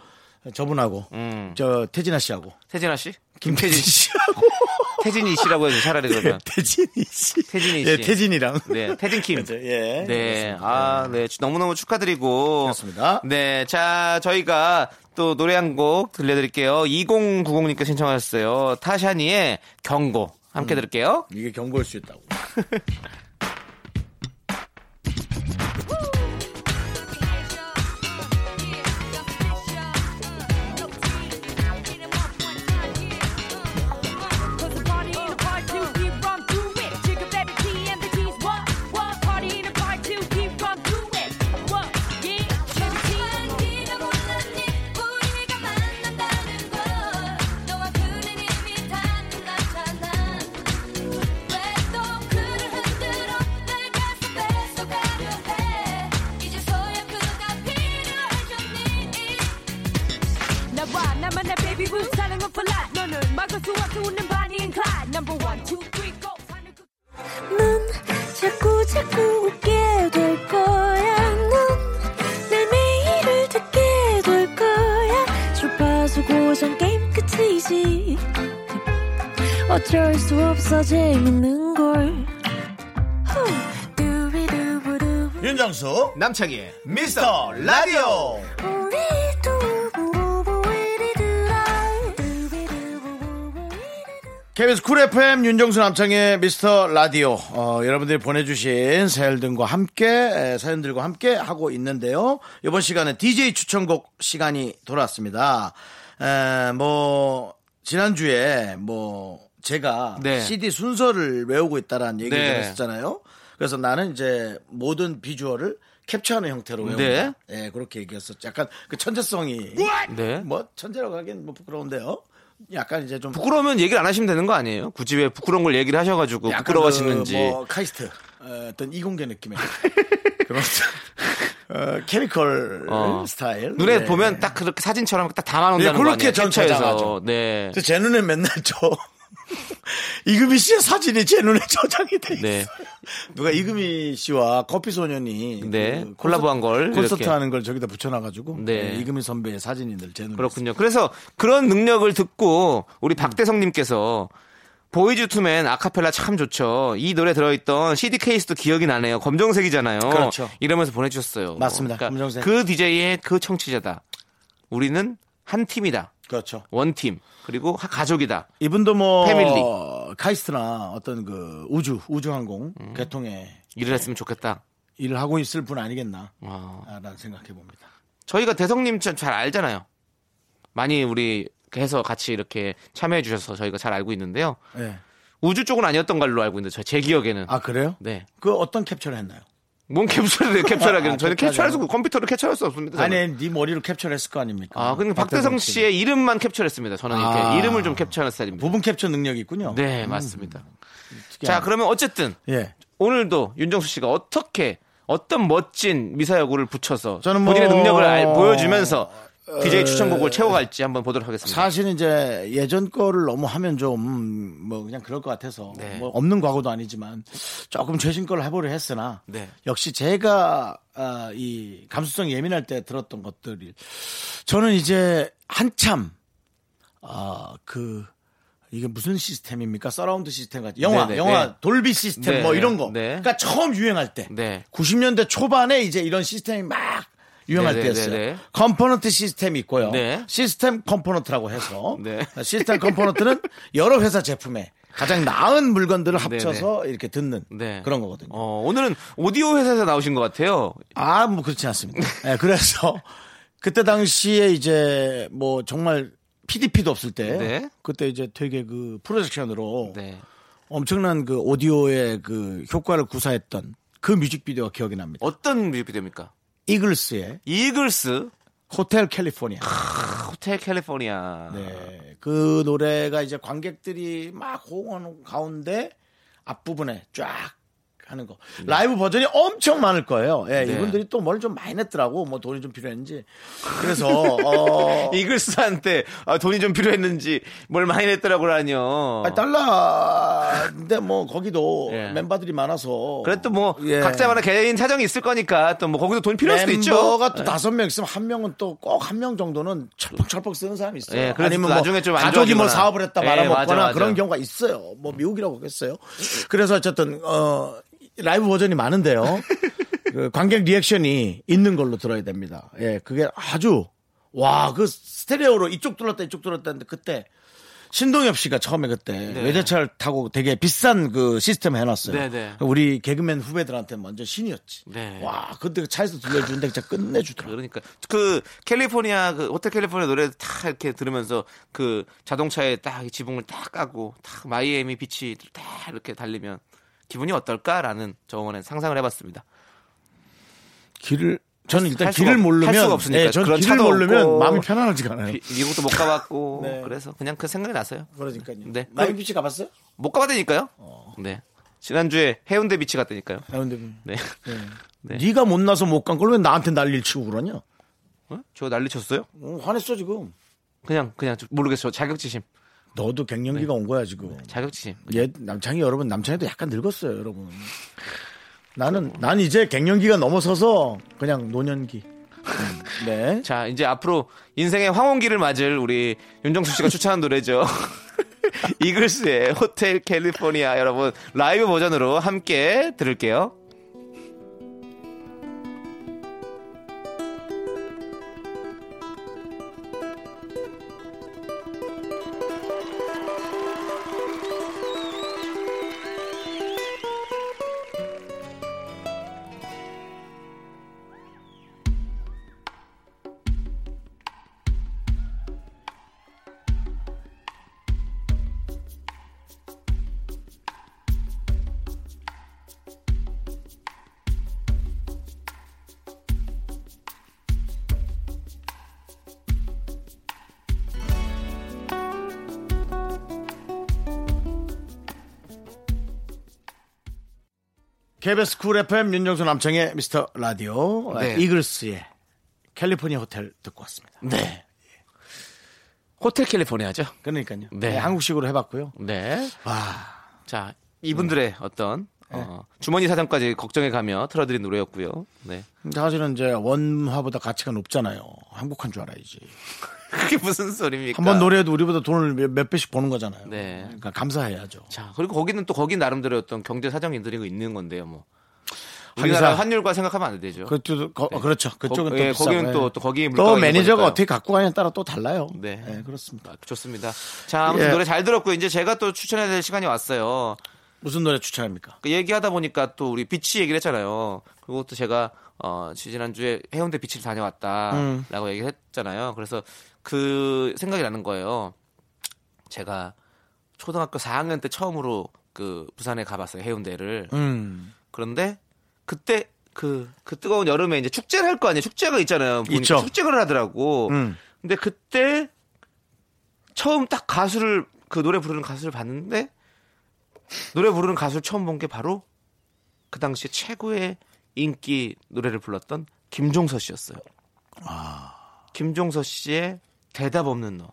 Speaker 2: 저분하고
Speaker 3: 음.
Speaker 2: 저 태진아 씨하고
Speaker 3: 태진아 씨?
Speaker 2: 김태진 씨하고 아.
Speaker 3: 태진이 씨라고 해서 차라리 그러면.
Speaker 2: 태진이 씨.
Speaker 3: 태진이
Speaker 2: 예,
Speaker 3: 씨.
Speaker 2: 태진이랑.
Speaker 3: 네, 태진 킴.
Speaker 2: 그죠, 예.
Speaker 3: 네, 아, 네, 주- 너무너무 축하드리고.
Speaker 2: 그렇습니다.
Speaker 3: 네, 자, 저희가 또 노래 한 곡 들려드릴게요. 2090님께 신청하셨어요. 타샤니의 경고. 함께 들을게요.
Speaker 2: 이게 경고일 수 있다고.
Speaker 5: 왜또 그를 흔들어 내 가슴 뺏어 가려 해 이제서야 그가 필요해졌니
Speaker 6: 나와 나만의 baby boo 사랑은 for life 너는 막을 수 없어 웃는 Bonnie and Clyde number one two three go 하늘 그-
Speaker 5: 넌 자꾸 자꾸 웃게 될 거야 넌내 매일을 듣게 될 거야 주파수 고정 게임 끝이지 어쩔 수 없어 재밌는 걸 후. 두비두부두.
Speaker 2: 윤정수,
Speaker 3: 남창희의
Speaker 2: 미스터 라디오.
Speaker 5: 우리 두부부부 우리들아. 두비두부부부 우리들아.
Speaker 2: KBS 쿨 FM 윤정수 남창의 미스터 라디오. 어, 여러분들이 보내주신 사연 등과 함께, 에, 사연들과 함께 하고 있는데요. 이번 시간에 DJ 추천곡 시간이 돌아왔습니다. 에, 뭐, 지난주에 뭐, 제가
Speaker 3: 네.
Speaker 2: CD 순서를 외우고 있다라는 얘기를
Speaker 3: 네.
Speaker 2: 좀 했었잖아요. 그래서 나는 이제 모든 비주얼을 캡처하는 형태로 외운다.
Speaker 3: 네.
Speaker 2: 예, 그렇게 얘기했었죠. 약간 그 천재성이.
Speaker 3: 네.
Speaker 2: 뭐, 천재라고 하기엔 뭐 부끄러운데요. 약간 이제 좀.
Speaker 3: 부끄러우면 얘기를 안 하시면 되는 거 아니에요? 굳이 왜 부끄러운 걸 얘기를 하셔가지고
Speaker 2: 약간
Speaker 3: 부끄러워하시는지.
Speaker 2: 그 뭐, 카이스트 어, 어떤 이공계 느낌의 그런 어, 케미컬
Speaker 3: 어.
Speaker 2: 스타일
Speaker 3: 눈에
Speaker 2: 네.
Speaker 3: 보면 딱 그렇게 사진처럼 딱 담아놓는다는
Speaker 2: 네, 그렇게
Speaker 3: 거 아니에요?
Speaker 2: 전
Speaker 3: 캡처해서.
Speaker 2: 저장하죠.
Speaker 3: 네.
Speaker 2: 그래서 제 눈에 맨날 저 이금희 씨의 사진이 제 눈에 저장이 돼 있어요.
Speaker 3: 네.
Speaker 2: 누가 이금희 씨와 커피 소년이 그
Speaker 3: 네, 콜라보한 걸
Speaker 2: 콘서트
Speaker 3: 이렇게.
Speaker 2: 하는 걸 저기다 붙여놔가지고
Speaker 3: 네.
Speaker 2: 네, 이금희 선배의 사진이 늘 제 눈에
Speaker 3: 그렇군요. 그래서 그런 능력을 듣고
Speaker 2: 음.
Speaker 3: 우리 박대성님께서 보이즈 투맨 아카펠라 참 좋죠. 이 노래 들어있던 CD 케이스도 기억이 나네요. 검정색이잖아요.
Speaker 2: 그렇죠.
Speaker 3: 이러면서 보내주셨어요.
Speaker 2: 맞습니다. 검정색.
Speaker 3: 그 DJ의 그 청취자다. 우리는 한 팀이다.
Speaker 2: 있어요. 그렇죠.
Speaker 3: 원팀. 그리고 하- 가족이다.
Speaker 2: 이분도 뭐
Speaker 3: 패밀리.
Speaker 2: 카이스트나 어떤 그 우주 우주항공
Speaker 3: 음.
Speaker 2: 개통에
Speaker 3: 일을 했으면 좋겠다.
Speaker 2: 일을 하고 있을 분 아니겠나?
Speaker 3: 와.
Speaker 2: 라는 생각해 봅니다.
Speaker 3: 저희가 대성님 참 잘 알잖아요. 많이 우리 해서 같이 이렇게 참여해 주셔서 저희가 잘 알고 있는데요.
Speaker 2: 예.
Speaker 3: 우주 쪽은 아니었던 걸로 알고 있는데 저- 제 기억에는
Speaker 2: 아 그래요?
Speaker 3: 네.
Speaker 2: 그 어떤 캡처를 했나요?
Speaker 3: 뭔 캡처를 해요, 캡처를 하기는
Speaker 2: 아,
Speaker 3: 저희는
Speaker 2: 캡처하죠.
Speaker 3: 캡처할 수 없고 컴퓨터로 캡처할 수 없습니다. 저는.
Speaker 2: 아니, 네 머리로 캡처를 했을 거 아닙니까?
Speaker 3: 뭐 아, 근데 박대성 씨의 이름만 캡처했습니다. 저는 이렇게
Speaker 2: 아.
Speaker 3: 이름을 좀 캡처하는 스타일입니다.
Speaker 2: 부분 캡처 능력이 있군요.
Speaker 3: 네, 맞습니다. 자, 그러면 어쨌든
Speaker 2: 예.
Speaker 3: 오늘도 윤정수 씨가 어떻게 어떤 멋진 미사여구를 붙여서
Speaker 2: 저는 뭐- 어,
Speaker 3: 본인의 능력을 알- 보여주면서 DJ 추천곡을 채워갈지 한번 보도록 하겠습니다.
Speaker 2: 사실 이제 예전 거를 너무 하면 좀 뭐 그냥 그럴 것 같아서
Speaker 3: 네.
Speaker 2: 뭐 없는 과거도 아니지만 조금 최신 걸 해보려 했으나
Speaker 3: 네.
Speaker 2: 역시 제가 아, 이 감수성 예민할 때 들었던 것들이 저는 이제 한참 아, 그 이게 무슨 시스템입니까? 서라운드 시스템 같이 영화,
Speaker 3: 네네,
Speaker 2: 영화
Speaker 3: 네.
Speaker 2: 돌비 시스템
Speaker 3: 네,
Speaker 2: 뭐 이런 거.
Speaker 3: 네.
Speaker 2: 그러니까 처음 유행할 때
Speaker 3: 네.
Speaker 2: 90년대 초반에 이제 이런 시스템이 막 유행할
Speaker 3: 네네네네.
Speaker 2: 때였어요. 컴포넌트 시스템이 있고요.
Speaker 3: 네.
Speaker 2: 시스템 컴포넌트라고 해서
Speaker 3: 네.
Speaker 2: 시스템 컴포넌트는 여러 회사 제품에 가장 나은 물건들을 합쳐서 이렇게 듣는
Speaker 3: 네.
Speaker 2: 그런 거거든요.
Speaker 3: 어, 오늘은 오디오 회사에서 나오신 것 같아요.
Speaker 2: 아, 뭐 그렇지 않습니다. 예, 그래서 그때 당시에 이제 뭐 정말 PDP도 없을 때
Speaker 3: 네.
Speaker 2: 그때 이제 되게 그 프로젝션으로
Speaker 3: 네.
Speaker 2: 엄청난 그 오디오의 그 효과를 구사했던 그 뮤직비디오가 기억이 납니다.
Speaker 3: 어떤 뮤직비디오입니까?
Speaker 2: 이글스의
Speaker 3: 이글스
Speaker 2: 호텔 캘리포니아.
Speaker 3: 호텔 캘리포니아.
Speaker 2: 네. 그 노래가 이제 관객들이 막 호응하는 가운데 앞부분에 쫙 하는 거. 라이브 버전이 엄청 많을 거예요. 예,
Speaker 3: 네.
Speaker 2: 이분들이 또 뭘 좀 많이 냈더라고. 뭐 돈이 좀 필요했는지. 그래서, 어.
Speaker 3: 이글스한테 아, 돈이 좀 필요했는지 뭘 많이 냈더라고라뇨.
Speaker 2: 아, 달라인데 뭐 거기도
Speaker 3: 예.
Speaker 2: 멤버들이 많아서.
Speaker 3: 그래도 뭐
Speaker 2: 예.
Speaker 3: 각자마다 개인 사정이 있을 거니까 또 뭐 거기서 돈 필요할 수도 있죠.
Speaker 2: 멤버가 또 다섯 명 있으면 한 명은 또 꼭 한 명 정도는 철퍽철퍽 쓰는 사람이 있어요.
Speaker 3: 예, 그래서
Speaker 2: 아니면
Speaker 3: 또
Speaker 2: 뭐
Speaker 3: 나중에 좀안
Speaker 2: 가족이 뭐
Speaker 3: 좋아지거나.
Speaker 2: 사업을 했다
Speaker 3: 예,
Speaker 2: 말아먹거나
Speaker 3: 맞아, 맞아.
Speaker 2: 그런 경우가 있어요. 뭐 미국이라고 하겠어요. 그래서 어쨌든 어, 라이브 버전이 많은데요. 그 관객 리액션이 있는 걸로 들어야 됩니다. 예, 그게 아주 와 그 스테레오로 이쪽 들었다 이쪽 들었다 했는데 그때 신동엽 씨가 처음에 그때 외제차를 타고 되게 비싼 그 시스템 해놨어요.
Speaker 3: 네, 네.
Speaker 2: 우리 개그맨 후배들한테 먼저 신이었지.
Speaker 3: 네.
Speaker 2: 와, 아, 그때 차에서 들려주는데 진짜 끝내주더라.
Speaker 3: 그러니까 그 캘리포니아 그 호텔 캘리포니아 노래 다 이렇게 들으면서 그 자동차에 딱이 지붕을 딱 까고 딱 마이애미 비치 딱 이렇게 달리면 기분이 어떨까라는 저번에 상상을 해봤습니다.
Speaker 2: 길을 저는 일단
Speaker 3: 할 수가
Speaker 2: 길을
Speaker 3: 없-
Speaker 2: 모르면
Speaker 3: 할 수가 없으니까.
Speaker 2: 네, 저는
Speaker 3: 그런
Speaker 2: 길을
Speaker 3: 차도
Speaker 2: 모르면
Speaker 3: 없고.
Speaker 2: 마음이 편안하지가 않아요.
Speaker 3: 미, 국도못 가봤고
Speaker 2: 네.
Speaker 3: 그래서 그냥 그 생각이 났어요.
Speaker 2: 그러니까요.
Speaker 3: 네.
Speaker 2: 마이 비치 가봤어요?
Speaker 3: 못 가봤다니까요. 네. 지난주에 해운대 비치 갔다니까요.
Speaker 2: 라운드.
Speaker 3: 네. 네.
Speaker 2: 네. 가못 나서 못 간 걸 왜 나한테 난리를 치고 그러냐?
Speaker 3: 어? 저 난리 쳤어요?
Speaker 2: 어, 화냈어 지금.
Speaker 3: 그냥 그냥 저- 모르겠어요. 자격지심.
Speaker 2: 너도 갱년기가 온 거야 지금.
Speaker 3: 자격지심.
Speaker 2: 얘 남창이 여러분 남창이도 약간 늙었어요 여러분. 나는 난 이제 갱년기가 넘어서서 그냥 노년기. 음, 네.
Speaker 3: 자, 이제 앞으로 인생의 황혼기를 맞을 우리 윤정수 씨가 추천한 노래죠. 이글스의 호텔 캘리포니아 여러분 라이브 버전으로 함께 들을게요.
Speaker 2: KBS 쿨 FM 윤정수 남창의 미스터 라디오
Speaker 3: 네.
Speaker 2: 이글스의 캘리포니아 호텔 듣고 왔습니다.
Speaker 3: 네.
Speaker 7: 호텔 캘리포니아죠.
Speaker 2: 그러니까요.
Speaker 7: 네.
Speaker 2: 네, 한국식으로 해봤고요.
Speaker 7: 네.
Speaker 2: 와,
Speaker 7: 자,
Speaker 3: 아.
Speaker 2: 음.
Speaker 3: 이분들의 어떤
Speaker 2: 네.
Speaker 3: 어, 주머니 사정까지 걱정해가며 틀어드린 노래였고요. 네.
Speaker 2: 사실은 이제 원화보다 가치가 높잖아요. 한국한 줄 알아야지.
Speaker 3: 그게 무슨 소리입니까?
Speaker 2: 한 번 노래해도 우리보다 돈을 몇, 몇 배씩 버는 거잖아요.
Speaker 3: 그러니까 네.
Speaker 2: 그러니까 감사해야죠.
Speaker 3: 자, 그리고 거기는 또 거기 나름대로 어떤 경제 사정인들이 있는 건데요, 뭐.
Speaker 2: 환율사.
Speaker 3: 우리나라 환율과 생각하면 안 되죠.
Speaker 2: 그쪽도 거- 그렇죠. 그쪽은
Speaker 3: 거-
Speaker 2: 또
Speaker 3: 예,
Speaker 2: 비싸고.
Speaker 3: 거기는
Speaker 2: 예.
Speaker 3: 또- 또 거기에
Speaker 2: 또
Speaker 3: 물가가 있는
Speaker 2: 매니저가
Speaker 3: 거니까요.
Speaker 2: 어떻게 갖고 가냐에 따라 또 달라요.
Speaker 3: 네.
Speaker 2: 예, 그렇습니다.
Speaker 3: 아, 좋습니다. 자, 아무튼
Speaker 2: 예. 노래
Speaker 3: 노래 잘 들었고 이제 제가 또 추천해야 될 시간이 왔어요.
Speaker 2: 무슨 노래 추천합니까?
Speaker 3: 그 얘기하다 보니까 또 우리 비치 얘기를 했잖아요. 그리고 또 제가 어, 지난주에 해운대 비치를
Speaker 2: 음.
Speaker 3: 다녀왔다라고 얘기를 했잖아요. 그래서 그 생각이 나는 거예요. 제가 초등학교 4학년 때 처음으로 그 부산에 가봤어요. 해운대를.
Speaker 2: 음,
Speaker 3: 그런데 그때 그, 그 뜨거운 여름에 이제 축제를 할 거 아니에요. 축제가 있잖아요. 보니까
Speaker 2: 있죠.
Speaker 3: 축제를 하더라고.
Speaker 2: 음.
Speaker 3: 근데 그때 처음 딱 가수를 그 노래 부르는 가수를 봤는데 노래 부르는 가수를 처음 본 게 바로 그 당시 최고의 인기 노래를 불렀던 김종서 씨였어요. 김종서 씨의 대답 없는 너.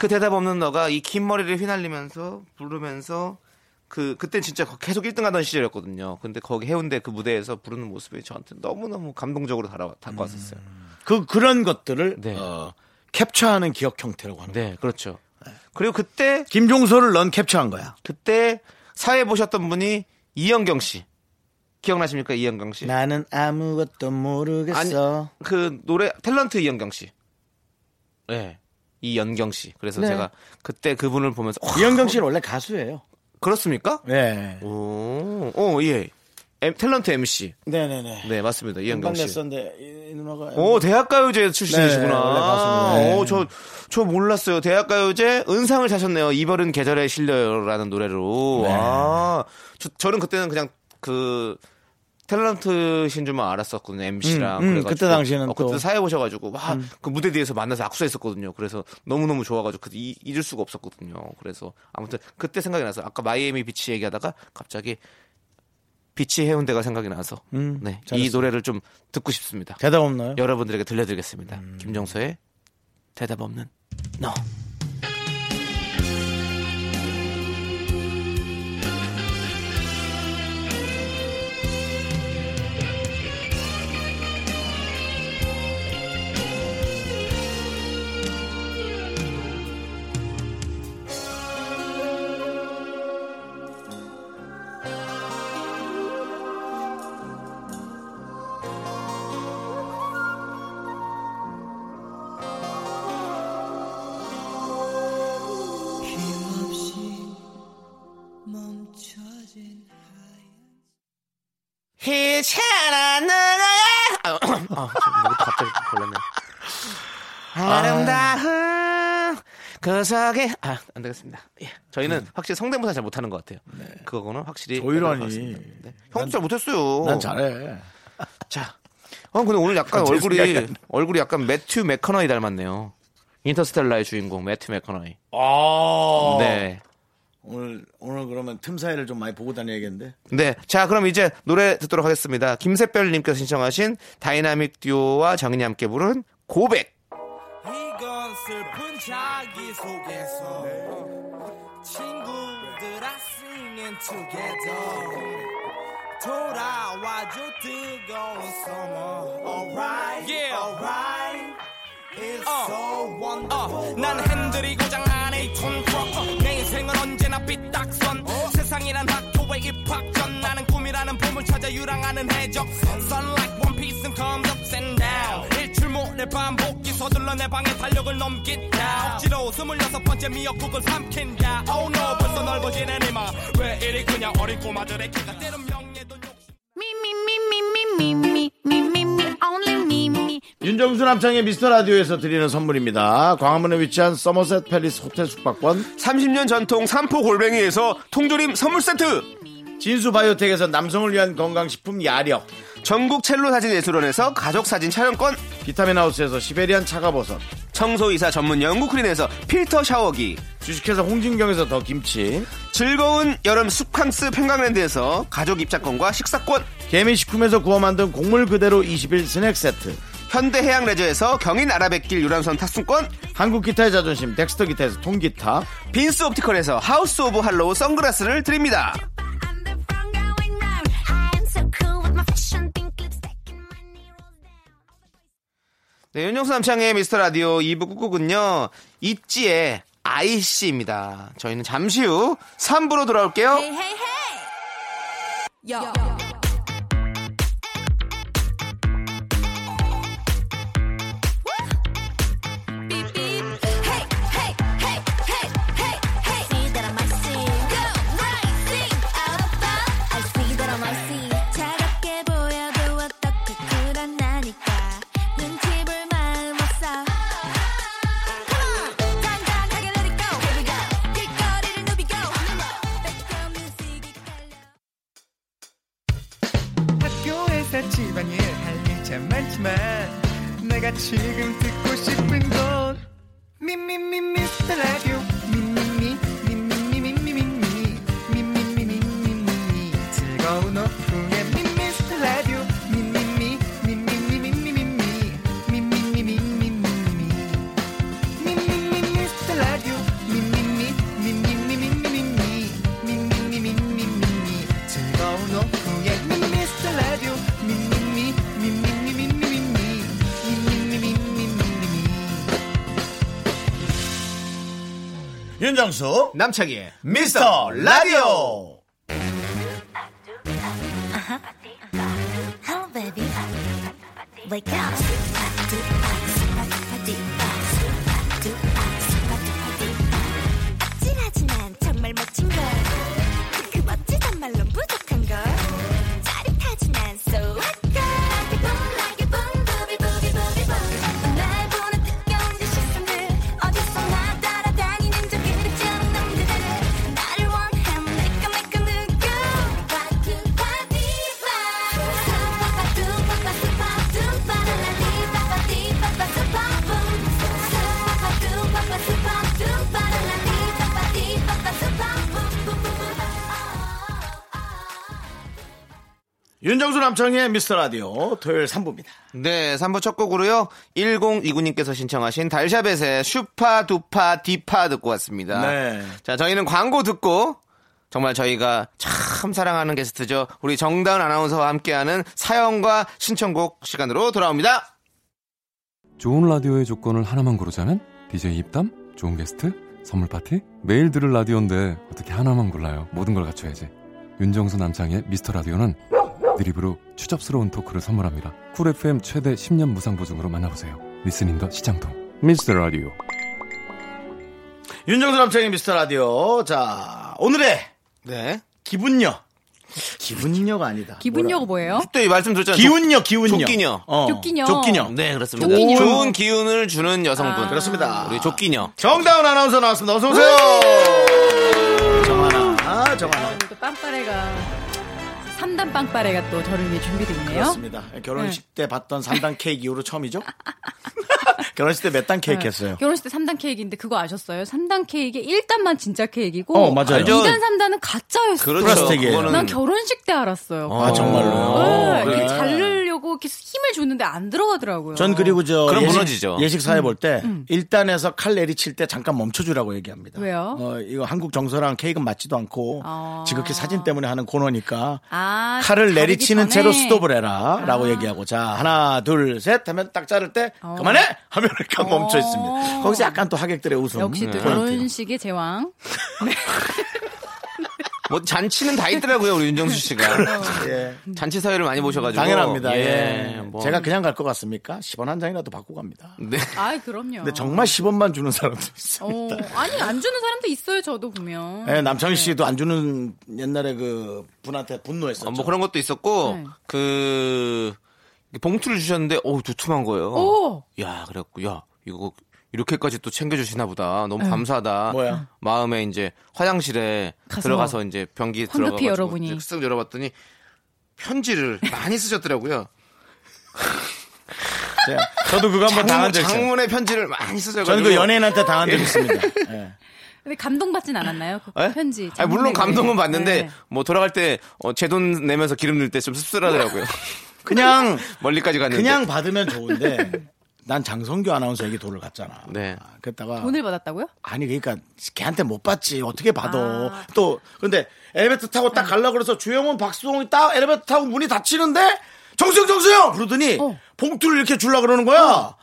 Speaker 3: 그 대답 없는 너가 이 긴 머리를 휘날리면서 부르면서 그 그때 진짜 계속 1등하던 시절이었거든요. 근데 거기 해운대 그 무대에서 부르는 모습이 저한테 너무 너무 감동적으로 다가와- 다가왔었어요.
Speaker 2: 그 그런 것들을
Speaker 3: 네.
Speaker 2: 어, 캡처하는 기억 형태라고 하는. 거
Speaker 3: 네, 그렇죠. 그리고 그때
Speaker 2: 김종서를 넌 캡처한 거야.
Speaker 3: 그때 사회 보셨던 분이 이영경 씨 기억나십니까 이영경 씨?
Speaker 2: 나는 아무것도 모르겠어.
Speaker 3: 그 노래 탤런트 이영경 씨. 네. 이연경 씨. 그래서
Speaker 2: 네.
Speaker 3: 제가 그때 그분을 보면서 와,
Speaker 2: 이현경 씨는 원래 가수예요.
Speaker 3: 그렇습니까?
Speaker 2: 네.
Speaker 3: 오, 오 예. 엠, 탤런트 MC.
Speaker 2: 네네네.
Speaker 3: 네 맞습니다 이영경
Speaker 2: 금방
Speaker 3: 씨.
Speaker 2: 냈었는데 이, 이 누나가
Speaker 3: 오 어, 대학가요제 출신이시구나.
Speaker 2: 음.
Speaker 3: 아, 어,
Speaker 2: 네, 원래 가수입니다. 네.
Speaker 3: 오저 저 몰랐어요. 대학가요제 은상을 사셨네요. 이별은 계절에 실려요라는 노래로.
Speaker 2: 네.
Speaker 3: 아, 저, 저는 그때는 그냥 그 탤런트신 줄만 알았었거든요. MC랑.
Speaker 2: 음, 음, 그때 당시에는
Speaker 3: 어,
Speaker 2: 또. 음.
Speaker 3: 그때 사회 보셔가지고 와 그 무대 뒤에서 만나서 악수했었거든요. 그래서 너무 너무 좋아가지고 그 이- 잊을 수가 없었거든요. 그래서 아무튼 그때 생각이 나서 아까 마이애미 비치 얘기하다가 갑자기 비치 해운대가 생각이 나서 네, 이
Speaker 2: 음, 잘했어요.
Speaker 3: 노래를 좀 듣고 싶습니다.
Speaker 2: 대답 없나요?
Speaker 3: 여러분들에게 들려드리겠습니다.
Speaker 2: 음.
Speaker 3: 김정서의 대답 없는 너. 희찬아 너야. 아, 아, 저 목이 갑자기 걸렸네. 아름다운 아. 그 속에 아, 안 되겠습니다. 예. 저희는
Speaker 2: 네.
Speaker 3: 확실히 성대모사 잘 못하는 것 같아요. 그거는 확실히
Speaker 2: 조이러니.
Speaker 3: 네. 형도 잘 못했어요.
Speaker 2: 네. 난 잘해.
Speaker 3: 자. 어, 근데 오늘 약간
Speaker 2: 갑자기
Speaker 3: 얼굴이,
Speaker 2: 생각이
Speaker 3: 얼굴이 약간 매튜 맥커너이 닮았네요. 인터스텔라의 주인공, 매튜 맥커너이.
Speaker 2: 아.
Speaker 3: 네.
Speaker 2: 오늘 오늘 그러면 틈 사이를 좀 많이 보고 다녀야겠는데.
Speaker 3: 네. 자, 그럼 이제 노래 듣도록 하겠습니다. 김세별님께서 신청하신 다이나믹 듀오와 정인이 함께 부른 고백.
Speaker 4: 이건 슬픈 자기소개서 친구들아 sing and together 돌아와줘 뜨거운 summer alright
Speaker 8: Yeah.
Speaker 4: alright it's so wonderful
Speaker 8: 어, 난 핸들이 고장 안에 이톤 크롭 내 인생은 언제나 삐딱선 세상이란 학교에 입학 전 나는 꿈이라는 봄을 찾아 유랑하는 해적 Sun like one piece and comes up and down 일출 모레 반복기 서둘러 내 방에 달력을 넘긴다 억지로 스물여섯 번째 미역국을 삼킨다 Oh no 벌써 넓어지는 이마 왜 이리 그냥 어린 꼬마들의 키가 때는 명예돈 욕심
Speaker 5: Me, me, me, me, me, me, me, me, me, me, only me, me.
Speaker 2: 윤정수 남창의 미스터 라디오에서 드리는 선물입니다. 광화문에 위치한 서머셋 팰리스 호텔 숙박권,
Speaker 3: 30년 전통 삼포 골뱅이에서 통조림 선물 세트.
Speaker 2: 진수 바이오텍에서 남성을 위한 건강식품 야력,
Speaker 3: 전국 첼로 사진 예술원에서 가족 사진 촬영권.
Speaker 2: 비타민 하우스에서 시베리안 차가버섯,
Speaker 3: 청소이사 전문 영국 크린에서 필터 샤워기.
Speaker 2: 주식회사 홍진경에서 더 김치,
Speaker 3: 즐거운 여름 숙캉스 평강랜드에서 가족 입장권과 식사권.
Speaker 2: 개미식품에서 구워 만든 곡물 그대로 21 스낵 세트,
Speaker 3: 현대해양레저에서 경인 아라뱃길 유람선 탑승권
Speaker 2: 한국 기타의 자존심 덱스터 기타에서 통기타
Speaker 3: 빈스 옵티컬에서 하우스 오브 할로우 선글라스를 드립니다
Speaker 5: I'm the wrong going round. I am so cool with my fashion pink lipstick and my knee rolls down.
Speaker 3: 네, 윤정수 남창의 미스터 라디오 2부 꾹꾹은요 있지의 아이씨입니다 저희는 잠시 후 3부로 돌아올게요
Speaker 7: 학교에서 집안일 할 일 참 많지만 내가 지금 듣고 싶은 건 미미미 미스터 라디오 미미미 미미미 미미미 미미미 미미미 미미미 즐거운 오후에 미스터 라디오 미미미 미미미 미미미 미미미 미미미 미미미
Speaker 2: 예. 윤정수
Speaker 3: 남창희의
Speaker 2: 미스터 라디오
Speaker 5: Hello, baby. Wake up. 아찔하지만 정말 멋진 걸. 그 멋지단 말론 부족한 걸. 짜릿하지만 so hot girl. Like a boom, like a boom, booby, booby, booby, boom. 날 보는 뜨거운 그 시선들. 어디서 나 따라다니는 저 그릇처럼 놈들들. 나를 원함, 내꺼, 내꺼, 누구.
Speaker 2: 윤정수 남창의 미스터 라디오 토요일 3부입니다
Speaker 3: 네, 3부 첫 곡으로요. 1029님께서 신청하신 달샤벳의 슈파 두파 디파 듣고 왔습니다.
Speaker 2: 네.
Speaker 3: 자, 저희는 광고 듣고 정말 저희가 참 사랑하는 게스트죠. 우리 정다은 아나운서와 함께하는 사연과 신청곡 시간으로 돌아옵니다.
Speaker 9: 좋은 라디오의 조건을 하나만 고르자면 DJ 입담, 좋은 게스트, 선물 파티, 매일 들을 라디오인데 어떻게 하나만 골라요? 모든 걸 갖춰야지. 윤정수 남창의 미스터 라디오는 드립으로 추접스러운 토크를 선물합니다. 쿨 FM 최대 10년 무상 보증으로 만나보세요. 리스닝과 시장통 미스터 라디오.
Speaker 2: 윤정수 남창의 미스터 라디오 자 오늘의
Speaker 3: 네.
Speaker 2: 기분녀 기분녀가 아니다
Speaker 10: 기분녀가 뭐예요?
Speaker 3: 그때 이 말씀 드렸잖아요.
Speaker 2: 기운녀 기운녀
Speaker 3: 조끼녀.
Speaker 2: 어.
Speaker 10: 조끼녀.
Speaker 2: 조끼녀
Speaker 3: 조- 네, 그렇습니다.
Speaker 10: 조끼녀.
Speaker 3: 좋은 기운을 주는 여성분.
Speaker 10: 아.
Speaker 2: 그렇습니다.
Speaker 3: 우리 조끼녀.
Speaker 2: 정다운 아나운서 나왔습니다 어서 오세요
Speaker 10: 네.
Speaker 2: 정하나 정하나
Speaker 10: 또 빵빠레가 3단 빵빠레가 또 저를 위해 준비되어 있네요.
Speaker 2: 그렇습니다. 결혼식
Speaker 10: 네.
Speaker 2: 때 봤던 3단 케이크 이후로 처음이죠? 결혼식 때 몇 단 케이크 했어요?
Speaker 10: 네. 결혼식 때 3단 케이크인데 그거 아셨어요? 3단 케이크에 1단만 진짜 케이크이고
Speaker 2: 어, 맞아요.
Speaker 3: 알죠.
Speaker 10: 2단, 3단은 가짜였어요.
Speaker 3: 그렇죠.
Speaker 2: 플라스틱이에요.
Speaker 3: 그거는
Speaker 10: 난 결혼식 때 알았어요.
Speaker 2: 아, 정말로요?
Speaker 10: 네, 이렇게
Speaker 2: 그래.
Speaker 10: 자르려고 이렇게 힘을 줬는데 안 들어가더라고요.
Speaker 2: 전 그리고 저
Speaker 3: 그럼
Speaker 2: 예식,
Speaker 3: 무너지죠.
Speaker 2: 예식 사회 볼 때
Speaker 10: 음,
Speaker 2: 일단에서 칼 내리칠 때 잠깐 멈춰주라고 얘기합니다.
Speaker 10: 왜요?
Speaker 2: 어, 이거 한국 정서랑 케이크는 맞지도 않고
Speaker 10: 아.
Speaker 2: 지극히 사진 때문에 하는 코너니까
Speaker 10: 아,
Speaker 2: 칼을
Speaker 10: 자르기
Speaker 2: 내리치는
Speaker 10: 전에. 아.
Speaker 2: 채로 스톱을 해라라고 얘기하고 자 하나 둘 셋 하면 딱 자를 때
Speaker 10: 어.
Speaker 2: 그만해 하면 이렇게
Speaker 10: 어.
Speaker 2: 멈춰 있습니다. 거기서 약간 또 하객들의 웃음.
Speaker 10: 역시 또
Speaker 2: 포인트.
Speaker 10: 결혼식의 제왕.
Speaker 3: 뭐 잔치는 다 있더라고요, 우리 윤정수 씨가.
Speaker 2: 예.
Speaker 3: 그렇죠. 잔치 사회를 많이 보셔가지고.
Speaker 2: 당연합니다.
Speaker 3: 예,
Speaker 2: 예.
Speaker 3: 뭐.
Speaker 2: 제가 그냥 갈 것 같습니까? 10원 한 장이라도 받고 갑니다.
Speaker 3: 네.
Speaker 10: 아, 그럼요.
Speaker 2: 근데 정말 10원만 주는 사람도 있어요.
Speaker 10: 어, 아니 안 주는 사람도 있어요. 저도 보면.
Speaker 2: 예, 남창희 씨도 안 주는 옛날에 그 분한테 분노했었죠.
Speaker 3: 어, 뭐 그런 것도 있었고
Speaker 10: 네.
Speaker 3: 그 봉투를 주셨는데 어우 두툼한 거예요.
Speaker 10: 오!
Speaker 3: 야 그래갖고 야 이거 이렇게까지 또 챙겨주시나 보다. 너무 감사하다.
Speaker 2: 뭐야?
Speaker 3: 마음에 이제 화장실에
Speaker 10: 가서
Speaker 3: 들어가서 이제 변기 들어가서
Speaker 10: 황급히 열어보니.
Speaker 3: 쓱 열어봤더니 편지를 많이 쓰셨더라고요.
Speaker 2: 제가- 저도 그거 한번 당한 적 있어요.
Speaker 3: 장문의 편지를 많이 쓰셔가지고.
Speaker 2: 예. 저는 그 연예인한테 당한 적 있습니다. 예.
Speaker 10: 근데 감동받진 않았나요? 그
Speaker 3: 예?
Speaker 10: 편지. 네.
Speaker 3: 아니, 물론
Speaker 10: 장문의
Speaker 3: 감동은
Speaker 10: 글에.
Speaker 3: 받는데
Speaker 10: 네.
Speaker 3: 어, 뭐 돌아갈 때 제 돈 내면서 기름 넣을 때 좀 씁쓸하더라고요.
Speaker 2: 그냥
Speaker 3: 멀리까지 갔는데.
Speaker 2: 그냥 받으면 좋은데 난 장성규 아나운서에게 돈을 갔잖아.
Speaker 3: 네.
Speaker 2: 아, 그랬다가
Speaker 10: 돈을 받았다고요?
Speaker 2: 아니 그러니까 걔한테 못 받지 어떻게 받아 또 근데 엘리베이터 타고 딱 갈라 그래서 주영훈 박수홍이 딱 엘리베이터 타고 문이 닫히는데 정수영 정수영 그러더니 봉투를 이렇게 줄라 그러는 거야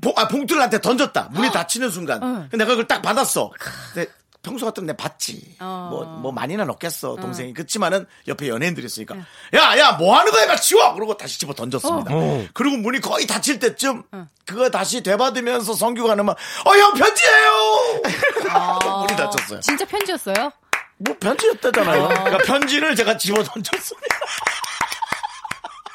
Speaker 2: 봉, 아, 봉투를 나한테 던졌다 문이 닫히는 순간 근데 내가 그걸 딱 받았어 근데 평소 같으면 내가 받지
Speaker 10: 어.
Speaker 2: 뭐, 뭐 많이는 없겠어 동생이 그렇지만은 옆에 연예인들이 있으니까 야야 뭐 하는 거야 막 치워 그러고 다시 집어 던졌습니다 그리고 문이 거의 닫힐 때쯤 그거 다시 되받으면서 성규가 하는 말어형 편지예요
Speaker 3: 아.
Speaker 2: 문이 닫혔어요
Speaker 10: 진짜 편지였어요?
Speaker 2: 뭐
Speaker 3: 어.
Speaker 2: 편지였다잖아요. 그러니까 편지를 제가 집어 던졌습니다.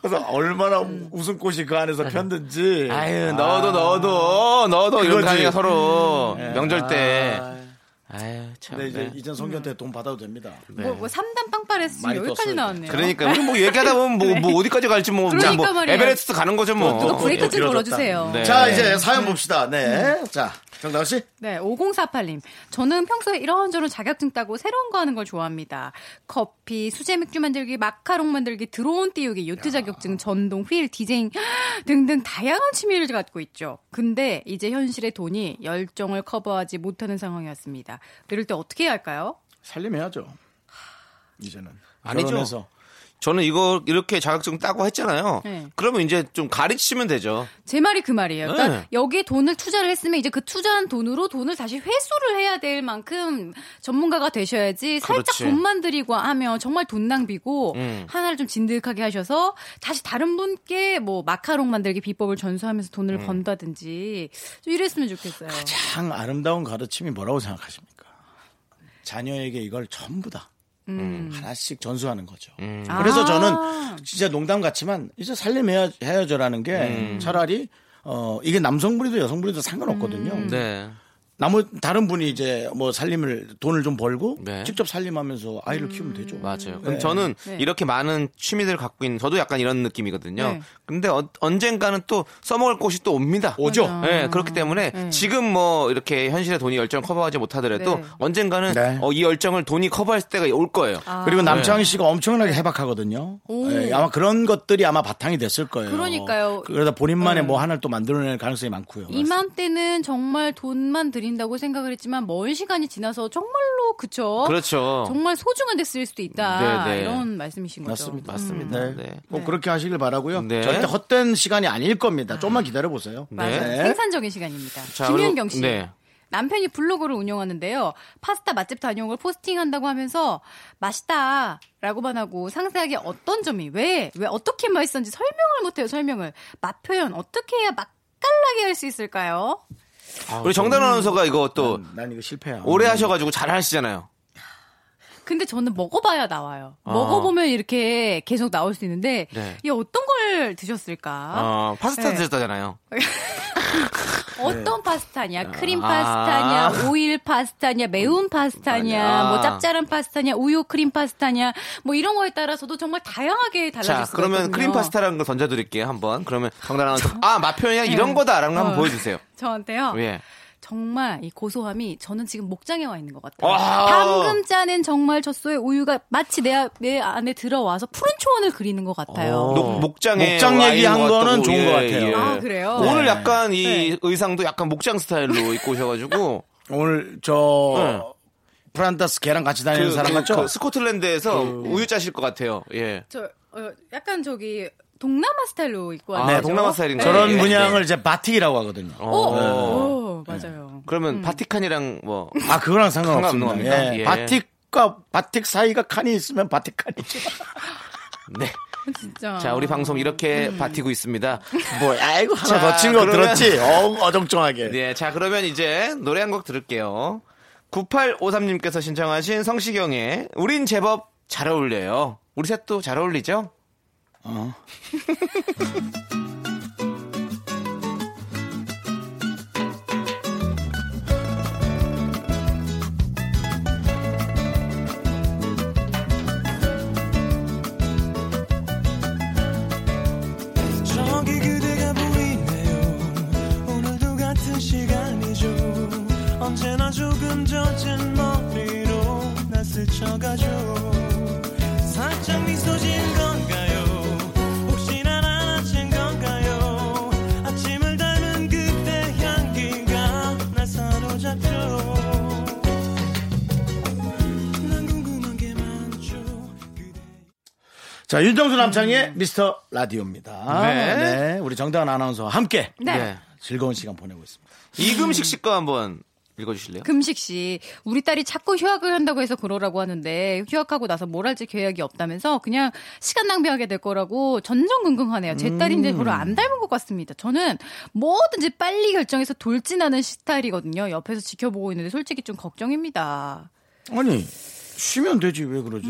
Speaker 2: 그래서 얼마나 우- 웃음꽃이 그 안에서 폈는지.
Speaker 3: 아유, 넣어도 넣어도 넣어도 이런
Speaker 2: 그거지. 음.
Speaker 3: 강의가 서로 명절 때.
Speaker 2: 아,
Speaker 3: 아유 참.
Speaker 2: 근데 이제
Speaker 3: 네.
Speaker 2: 이젠 성규한테 돈 받아도 됩니다.
Speaker 10: 뭐, 뭐 3단 빵빠레스
Speaker 2: 네.
Speaker 10: 뭐
Speaker 2: 많이
Speaker 10: 여기까지
Speaker 2: 떴어요.
Speaker 10: 나왔네요. 네.
Speaker 3: 그러니까 우리 뭐 얘기하다 보면 뭐, 뭐 어디까지 갈지 뭐,
Speaker 10: 그러니까
Speaker 3: 뭐
Speaker 10: 말이에요.
Speaker 3: 에베레스트 가는 거죠
Speaker 10: 누가
Speaker 3: 뭐.
Speaker 10: 브레이크 좀
Speaker 2: 길어졌다.
Speaker 10: 그 걸어주세요.
Speaker 3: 네. 음.
Speaker 2: 자 이제 사연 봅시다. 네, 자 정다은 씨.
Speaker 10: 네, 5048님. 저는 평소에 이런저런 자격증 따고 새로운 거 하는 걸 좋아합니다. 커피, 수제 맥주 만들기, 마카롱 만들기, 드론 띄우기, 요트 자격증, 전동, 휠, 디제잉 등등 다양한 취미를 갖고 있죠. 근데 이제 현실의 돈이 열정을 커버하지 못하는 상황이었습니다. 이럴 때 어떻게 해야 할까요?
Speaker 2: 살림해야죠. 이제는
Speaker 3: 아니죠.
Speaker 2: 결혼해서.
Speaker 3: 저는 이거 이렇게 자격증 따고 했잖아요.
Speaker 10: 네.
Speaker 3: 그러면 이제 좀 가르치면 되죠.
Speaker 10: 제 말이 그 말이에요. 그러니까
Speaker 3: 네.
Speaker 10: 여기에 돈을 투자를 했으면 이제 그 투자한 돈으로 돈을 다시 회수를 해야 될 만큼 전문가가 되셔야지 살짝
Speaker 3: 그렇지.
Speaker 10: 돈만 들이고 하면 정말 돈 낭비고
Speaker 3: 음.
Speaker 10: 하나를 좀 진득하게 하셔서 다시 다른 분께 뭐 마카롱 만들기 비법을 전수하면서 돈을
Speaker 3: 음.
Speaker 10: 번다든지 좀 이랬으면 좋겠어요.
Speaker 2: 참 아름다운 가르침이 뭐라고 생각하십니까? 자녀에게 이걸 전부 다
Speaker 3: 음.
Speaker 2: 하나씩 전수하는 거죠. 그래서
Speaker 10: 아.
Speaker 2: 저는 진짜 농담 같지만 이제 살림해야죠라는 게
Speaker 3: 음.
Speaker 2: 차라리 어 이게 남성분이든 여성분이든 상관없거든요.
Speaker 10: 음.
Speaker 3: 네.
Speaker 2: 나머 다른 분이 이제 뭐 살림을 돈을 좀 벌고
Speaker 3: 네.
Speaker 2: 직접 살림하면서 아이를 키우면 되죠.
Speaker 3: 맞아요.
Speaker 2: 네.
Speaker 3: 그럼 저는 이렇게 많은 취미들 갖고 있는 저도 약간 이런 느낌이거든요.
Speaker 10: 네.
Speaker 3: 근데 어- 언젠가는 또 써먹을 곳이 또 옵니다.
Speaker 2: 오죠.
Speaker 3: 예, 그렇기 때문에 지금 뭐 이렇게 현실의 돈이 열정을 커버하지 못하더라도
Speaker 10: 네.
Speaker 3: 언젠가는
Speaker 2: 네.
Speaker 3: 어, 이 열정을 돈이 커버할 때가 올 거예요.
Speaker 10: 아, 네.
Speaker 2: 그리고 남창희 씨가 엄청나게 해박하거든요. 예, 아마 그런 것들이 아마 바탕이 됐을 거예요.
Speaker 10: 그러니까요. 네.
Speaker 2: 그러다 본인만의 뭐 하나를 또 만들어낼 가능성이 많고요.
Speaker 10: 이맘때는 정말 돈만 들인다고 생각을 했지만 먼 시간이 지나서 정말로 그쵸?
Speaker 3: 그렇죠.
Speaker 10: 정말 소중한데 쓰일 수도 있다
Speaker 3: 네, 네.
Speaker 10: 이런 말씀이신 거죠.
Speaker 2: 맞습니다.
Speaker 3: 맞습니다.
Speaker 2: 네.
Speaker 3: 네.
Speaker 2: 꼭 그렇게 하시길 바라고요.
Speaker 3: 네.
Speaker 2: 절대 헛된 시간이 아닐 겁니다. 좀만 기다려 보세요.
Speaker 10: 네.
Speaker 2: 네.
Speaker 10: 맞아요. 생산적인 시간입니다.
Speaker 3: 네. 자,
Speaker 10: 김현경
Speaker 3: 그리고-
Speaker 10: 씨.
Speaker 3: 네.
Speaker 10: 남편이 블로그를 운영하는데요. 파스타 맛집 다녀온 걸 포스팅한다고 하면서 맛있다 라고만 하고 상세하게 어떤 점이 왜 왜 어떻게 맛있었는지 설명을 못해요. 설명을 맛 표현 어떻게 해야 맛깔나게 할 수 있을까요?
Speaker 3: 우리 정단 아나운서가 이거 또
Speaker 2: 난 이거 실패야.
Speaker 3: 오래 하셔가지고 잘 하시잖아요.
Speaker 10: 근데 저는 먹어봐야 나와요. 먹어보면 이렇게 계속 나올 수 있는데
Speaker 3: 아. 네.
Speaker 10: 이 어떤 걸 드셨을까?
Speaker 3: 어, 파스타
Speaker 10: 네.
Speaker 3: 드셨다잖아요.
Speaker 10: 어떤
Speaker 3: 네. 아.
Speaker 10: 파스타냐? 크림 파스타냐? 오일 파스타냐? 매운 파스타냐?
Speaker 3: 아.
Speaker 10: 뭐 짭짤한 파스타냐? 우유 크림 파스타냐? 뭐 이런 거에 따라서도 정말 다양하게 달라질
Speaker 3: 자,
Speaker 10: 수가
Speaker 3: 그러면
Speaker 10: 있거든요.
Speaker 3: 크림 파스타라는 걸 던져드릴게요, 한번. 그러면 정단 아나운서, 아, 맛 표현이야? 이런 거다라는 거 한번
Speaker 10: 어.
Speaker 3: 보여주세요.
Speaker 10: 저한테요.
Speaker 3: 예.
Speaker 10: 정말 이 고소함이 저는 지금 목장에 와 있는 것 같아요.
Speaker 3: 와우.
Speaker 10: 방금 짜낸 정말 젖소의 우유가 마치 내, 앞- 내 안에 들어와서 푸른 초원을 그리는 것 같아요.
Speaker 3: 녹- 목장에
Speaker 2: 어. 목장
Speaker 3: 와인
Speaker 2: 얘기한
Speaker 3: 같다고,
Speaker 2: 거는 좋은
Speaker 3: 예,
Speaker 2: 것 같아요.
Speaker 3: 예.
Speaker 10: 아, 그래요?
Speaker 3: 오늘
Speaker 2: 네.
Speaker 3: 약간 이
Speaker 10: 네.
Speaker 3: 의상도 약간 목장 스타일로 입고 오셔가지고
Speaker 2: 오늘 저 프란다스 걔랑 같이 다니는 네, 사람 같죠?
Speaker 3: 네.
Speaker 2: 그
Speaker 3: 그 스코틀랜드에서 우유 짜실 것 같아요. 예.
Speaker 10: 저 어, 약간 저기 동남아 스타일로 입고
Speaker 3: 아,
Speaker 10: 왔네요.
Speaker 3: 동남아 스타일인가요?
Speaker 2: 저런
Speaker 3: 네.
Speaker 2: 분양을 이제 바틱이라고 하거든요.
Speaker 10: 오,
Speaker 3: 어.
Speaker 10: 오, 맞아요.
Speaker 3: 그러면 바티칸이랑 뭐
Speaker 2: 아 그거랑 상관없습니다.
Speaker 3: 상관없는 겁니다.
Speaker 2: 예.
Speaker 3: 예.
Speaker 2: 바틱과 바틱 사이가 칸이 있으면 바틱 칸이죠.
Speaker 3: 네.
Speaker 10: 진짜.
Speaker 3: 자, 우리 방송 이렇게
Speaker 10: 음.
Speaker 3: 바티고 있습니다.
Speaker 2: 뭐 아이고 하나
Speaker 3: 자,
Speaker 2: 더 친 거
Speaker 3: 그러면-
Speaker 2: 들었지? 어, 어정쩡하게.
Speaker 3: 네, 자 그러면 이제 노래 한 곡 들을게요. 9853님께서 신청하신 성시경의 우린 제법 잘 어울려요. 우리 셋도 잘 어울리죠?
Speaker 4: 저기 그대가 보이네요 오늘도 같은 시간이죠 언제나 조금 젖은 머리로 나 스쳐가죠 살짝 미소 진 건가요
Speaker 2: 자, 윤정수 남창의 미스터 라디오입니다.
Speaker 3: 네.
Speaker 2: 네. 우리 정다은 아나운서와 함께
Speaker 10: 네.
Speaker 3: 네.
Speaker 2: 즐거운 시간 보내고 있습니다.
Speaker 3: 이금식 씨거 한번 읽어주실래요?
Speaker 10: 그 금식 씨, 우리 딸이 자꾸 휴학을 한다고 해서 그러라고 하는데 휴학하고 나서 뭘 할지 계획이 없다면서 그냥 시간 낭비하게 될 거라고 전전긍긍하네요. 제 딸인데 별로 안 닮은 것 같습니다. 저는 뭐든지 빨리 결정해서 돌진하는 스타일이거든요. 옆에서 지켜보고 있는데 솔직히 좀 걱정입니다.
Speaker 2: 아니, 쉬면 되지, 왜 그러지?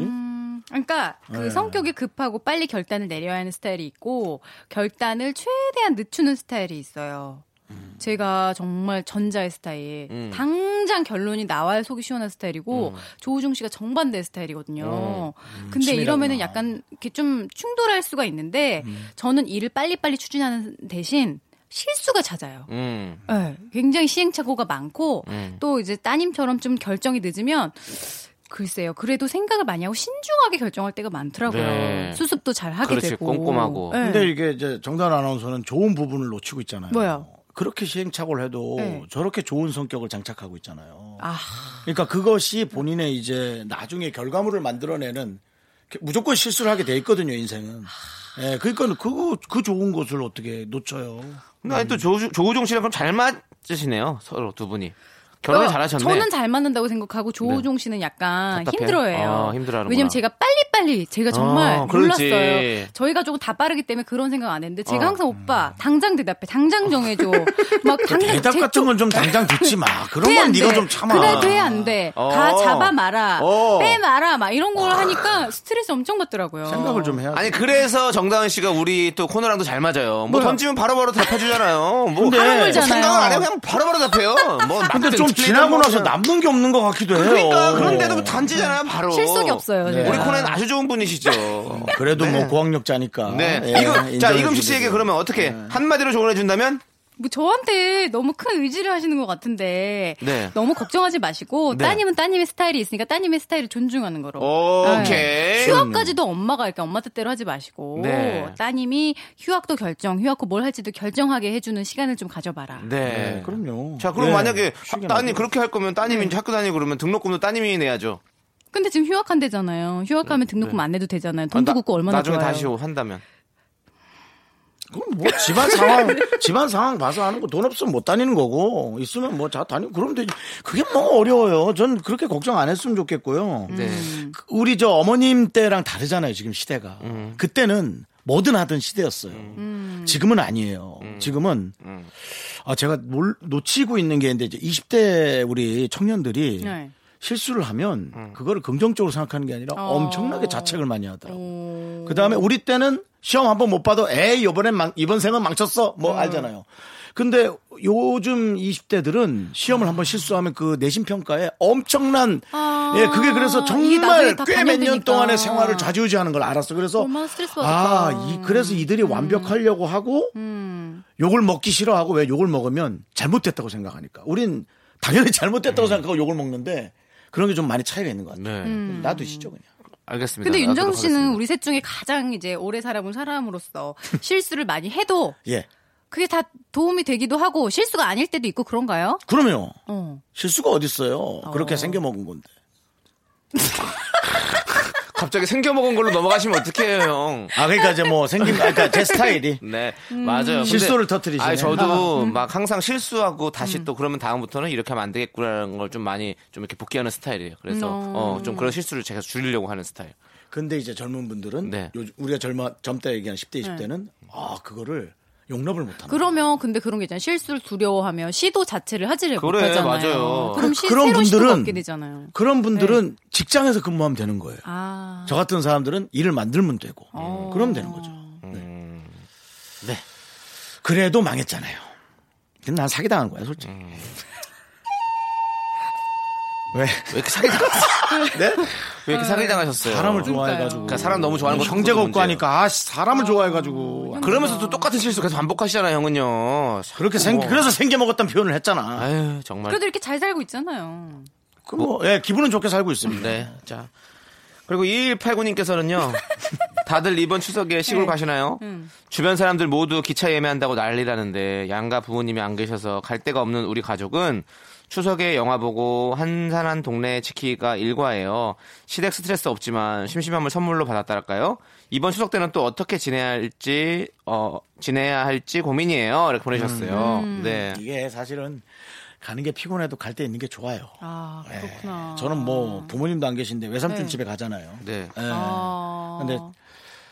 Speaker 10: 그러니까 그 성격이 급하고 빨리 결단을 내려야 하는 스타일이 있고 결단을 최대한 늦추는 스타일이 있어요. 제가 정말 전자의 스타일. 당장 결론이 나와야 속이 시원한 스타일이고 조우중 씨가 정반대 스타일이거든요. 근데
Speaker 2: 치밀하구나.
Speaker 10: 이러면은 약간 이렇게 좀 충돌할 수가 있는데 저는 일을 빨리빨리 추진하는 대신 실수가 잦아요.
Speaker 3: 음.
Speaker 10: 네, 굉장히 시행착오가 많고 또 이제 따님처럼 좀 결정이 늦으면 글쎄요. 그래도 생각을 많이 하고 신중하게 결정할 때가 많더라고요.
Speaker 3: 네.
Speaker 10: 수습도 잘 하게
Speaker 3: 그렇지,
Speaker 10: 되고.
Speaker 3: 꼼꼼하고.
Speaker 10: 네.
Speaker 2: 근데 이게 이제 정다은 아나운서는 좋은 부분을 놓치고 있잖아요.
Speaker 10: 뭐요?
Speaker 2: 그렇게 시행착오를 해도
Speaker 10: 네.
Speaker 2: 저렇게 좋은 성격을 장착하고 있잖아요.
Speaker 10: 아,
Speaker 2: 그러니까 그것이 본인의 이제 나중에 결과물을 만들어내는 무조건 실수를 하게 돼 있거든요, 인생은. 예, 그러니까 그거 그 좋은 것을 어떻게 놓쳐요?
Speaker 3: 근데
Speaker 2: 음.
Speaker 3: 아니 또 조우, 조우종 씨랑 그럼 잘 맞으시네요 서로 두 분이 결혼을
Speaker 10: 어,
Speaker 3: 잘하셨네. 네.
Speaker 10: 저는 잘 맞는다고 생각하고 조우종 씨는 약간
Speaker 3: 답답해요?
Speaker 10: 힘들어해요.
Speaker 3: 아, 힘들어하는구나.
Speaker 10: 왜냐면 제가 빨리빨리 제가 정말
Speaker 3: 아, 그렇지.
Speaker 10: 몰랐어요. 저희가 조금 다 빠르기 때문에 그런 생각 안 했는데 제가
Speaker 3: 어.
Speaker 10: 항상 오빠 당장 대답해, 당장 정해줘. 막 당장
Speaker 2: 그 대답
Speaker 10: 제-
Speaker 2: 같은 건 좀 당장 듣지 마. 그런
Speaker 10: 돼
Speaker 2: 건
Speaker 10: 안
Speaker 2: 네가
Speaker 10: 돼.
Speaker 2: 좀 참아.
Speaker 10: 그래 돼안 돼. 다
Speaker 3: 어.
Speaker 10: 잡아 말아.
Speaker 3: 어.
Speaker 10: 빼 말아. 막 이런 걸 하니까 스트레스 엄청 받더라고요.
Speaker 2: 생각을 좀 해야 돼.
Speaker 3: 아니 그래서 정다은 씨가 우리 또 코너랑도 잘 맞아요. 뭐
Speaker 2: 뭐야?
Speaker 3: 던지면 바로바로 답해주잖아요. 뭐
Speaker 2: 근데- 화물잖아요.
Speaker 3: 생각을 안 해요. 그냥 바로바로 답해요. 뭐
Speaker 2: 근데
Speaker 3: 맞든
Speaker 2: 좀
Speaker 3: 틀리든
Speaker 2: 지나고
Speaker 3: 뭐
Speaker 2: 나서 남는 게 없는 것 같기도 해요. 어.
Speaker 3: 그러니까 그런데도 던지잖아요 바로.
Speaker 10: 음, 실속이 없어요.
Speaker 2: 네.
Speaker 3: 우리
Speaker 10: 제가.
Speaker 3: 코너는 아주 좋은 분이시죠.
Speaker 2: 그래도 뭐 고학력자니까.
Speaker 3: 네.
Speaker 2: 예,
Speaker 3: 이거 자
Speaker 2: 인정해
Speaker 3: 이금식
Speaker 2: 주고. 네.
Speaker 3: 씨에게 그러면 어떻게 한마디로 조언해 준다면
Speaker 10: 뭐 저한테 너무 큰 의지를 하시는 것 같은데
Speaker 3: 네.
Speaker 10: 너무 걱정하지 마시고
Speaker 3: 네.
Speaker 10: 따님은 따님의 스타일이 있으니까 따님의 스타일을 존중하는 거로.
Speaker 3: 오케이.
Speaker 10: 네. 휴학까지도 엄마가 이렇게 엄마 뜻대로 하지 마시고
Speaker 3: 네.
Speaker 10: 따님이 휴학도 결정, 휴학 후 뭘 할지도 결정하게 해주는 시간을 좀 가져봐라.
Speaker 3: 네.
Speaker 2: 네, 그럼요.
Speaker 3: 자 그럼
Speaker 2: 네.
Speaker 3: 만약에
Speaker 2: 쉬게
Speaker 3: 따님
Speaker 2: 만들고.
Speaker 3: 그렇게 할 거면 따님이
Speaker 10: 네.
Speaker 3: 이제 학교 다니고 그러면 등록금도 따님이 내야죠.
Speaker 10: 근데 지금 휴학한대잖아요. 휴학하면 등록금 안 내도
Speaker 3: 네. 아,
Speaker 10: 되잖아요.
Speaker 3: 나-
Speaker 10: 돈도 굽고 얼마나
Speaker 3: 나중에
Speaker 10: 좋아요.
Speaker 3: 다시 한다면.
Speaker 2: 그럼 뭐 집안 상황 집안 상황 봐서 하는 거 돈 없으면 못 다니는 거고 있으면 뭐 자 다니고 그러면 되지 그게 뭐 어려워요 전 그렇게 걱정 안 했으면 좋겠고요
Speaker 3: 네.
Speaker 10: 음.
Speaker 2: 그 우리 저 어머님 때랑 다르잖아요 지금 시대가 그때는 뭐든 하던 시대였어요
Speaker 10: 음.
Speaker 2: 지금은 아니에요 지금은 아 제가 몰- 놓치고 있는 게 이제 20대 우리 청년들이
Speaker 10: 네.
Speaker 2: 실수를 하면 그거를 긍정적으로 생각하는 게 아니라
Speaker 10: 어.
Speaker 2: 엄청나게 자책을 많이 하더라고요 그 다음에 우리 때는 시험 한 번 못 봐도 에이 이번엔 망- 이번 생은 망쳤어
Speaker 10: 음.
Speaker 2: 뭐 알잖아요. 근데 요즘 20대들은 시험을 한 번 실수하면 그 내신 평가에 엄청난
Speaker 10: 아.
Speaker 2: 예 그게 그래서
Speaker 10: 이게 나중에
Speaker 2: 정말
Speaker 10: 다
Speaker 2: 꽤 몇 년
Speaker 10: 반영되니까.
Speaker 2: 동안의 생활을 좌지우지하는 걸 알았어. 그래서
Speaker 10: 얼마나 스트레스 받을까.
Speaker 2: 아, 이 그래서
Speaker 10: 음.
Speaker 2: 이들이 완벽하려고 하고 욕을 먹기 싫어하고 왜 욕을 먹으면 잘못됐다고 생각하니까. 우린 당연히
Speaker 10: 네.
Speaker 2: 잘못됐다고 생각하고 욕을 먹는데 그런 게 좀 많이 차이가 있는 것 같아요.
Speaker 3: 네.
Speaker 10: 음.
Speaker 2: 놔두시죠 그냥.
Speaker 3: 알겠습니다.
Speaker 10: 근데 윤정수
Speaker 3: 나가도록
Speaker 10: 씨는
Speaker 3: 하겠습니다.
Speaker 10: 우리 셋 중에 가장 이제 오래 살아본 사람으로서 실수를 많이 해도
Speaker 2: 예.
Speaker 10: 그게 다 도움이 되기도 하고 실수가 아닐 때도 있고 그런가요?
Speaker 2: 그러면
Speaker 10: 어.
Speaker 2: 실수가 어딨어요. 그렇게 생겨먹은 건데.
Speaker 3: 갑자기 생겨 먹은 걸로 넘어가시면 어떡해요, 형.
Speaker 2: 아, 그러니까 이제 뭐 생긴, 아, 그러니까 제 스타일이.
Speaker 3: 네, 맞아요.
Speaker 2: 실수를
Speaker 3: 근데,
Speaker 2: 터뜨리시네. 어.
Speaker 3: 아니, 저도 막 항상 실수하고 다시 또 그러면 다음부터는 이렇게 하면 안 되겠구나라는 걸 좀 많이 좀 이렇게 복귀하는 스타일이에요. 그래서 어, 좀 그런 실수를 제가 줄이려고 하는 스타일.
Speaker 2: 근데 이제 젊은 분들은
Speaker 3: 네.
Speaker 2: 요즘 우리가 젊어, 젊다 얘기한 10대, 20대는 아, 그거를 용납을 못한다.
Speaker 10: 네. 그러면 근데 그런 게 있잖아요. 실수를 두려워하면 시도 자체를 하지를
Speaker 3: 그래,
Speaker 10: 못하잖아요.
Speaker 3: 맞아요.
Speaker 10: 그럼 시,
Speaker 2: 그런
Speaker 10: 새로운 시도가
Speaker 2: 분들은-
Speaker 10: 없게 되잖아요.
Speaker 2: 그런 분들은 직장에서 근무하면 되는 거예요.
Speaker 10: 네. 아.
Speaker 2: 저 같은 사람들은 일을 만들면 되고.
Speaker 10: 어.
Speaker 2: 그러면 되는 거죠.
Speaker 3: 음.
Speaker 2: 네. 네. 그래도 망했잖아요. 근데 난 사기당한 거야, 솔직히.
Speaker 3: 음.
Speaker 2: 왜?
Speaker 3: 왜 이렇게 사기 당하셨어요? 네? 왜 이렇게 사기 당하셨어요?
Speaker 2: 사람을 좋아해가지고.
Speaker 3: 네. 그러니까 사람 너무 좋아하는 거
Speaker 2: 경제가 없고 하니까, 아, 씨, 사람을 좋아해가지고.
Speaker 3: 그러면서 또 똑같은 실수 계속 반복하시잖아요, 형은요.
Speaker 2: 그렇게 생 그래서 생겨 먹었다는 표현을 했잖아.
Speaker 3: 뭐. 아유, 정말.
Speaker 10: 그래도 이렇게 잘 살고 있잖아요.
Speaker 3: 뭐.
Speaker 2: 그 뭐, 예, 기분은 좋게 살고 있습니다.
Speaker 3: 네. 자. 그리고 2189님께서는요. 다들 이번 추석에
Speaker 10: 네.
Speaker 3: 시골 가시나요?
Speaker 10: 음.
Speaker 3: 주변 사람들 모두 기차 예매한다고 난리라는데 양가 부모님이 안 계셔서 갈 데가 없는 우리 가족은 추석에 영화 보고 한산한 동네 지키기가 일과예요. 시댁 스트레스 없지만 심심함을 선물로 받았달까요? 이번 추석 때는 또 어떻게 지내야 할지 어 지내야 할지 고민이에요. 이렇게 보내셨어요.
Speaker 10: 음.
Speaker 3: 네.
Speaker 2: 이게 사실은 가는 게 피곤해도 갈 때 있는 게 좋아요.
Speaker 10: 아,
Speaker 3: 네,
Speaker 2: 예.
Speaker 10: 그렇구나. 아.
Speaker 2: 저는 뭐 부모님도 안 계신데 외삼촌
Speaker 10: 네.
Speaker 2: 집에 가잖아요.
Speaker 3: 네.
Speaker 2: 예.
Speaker 10: 아.
Speaker 2: 근데 가는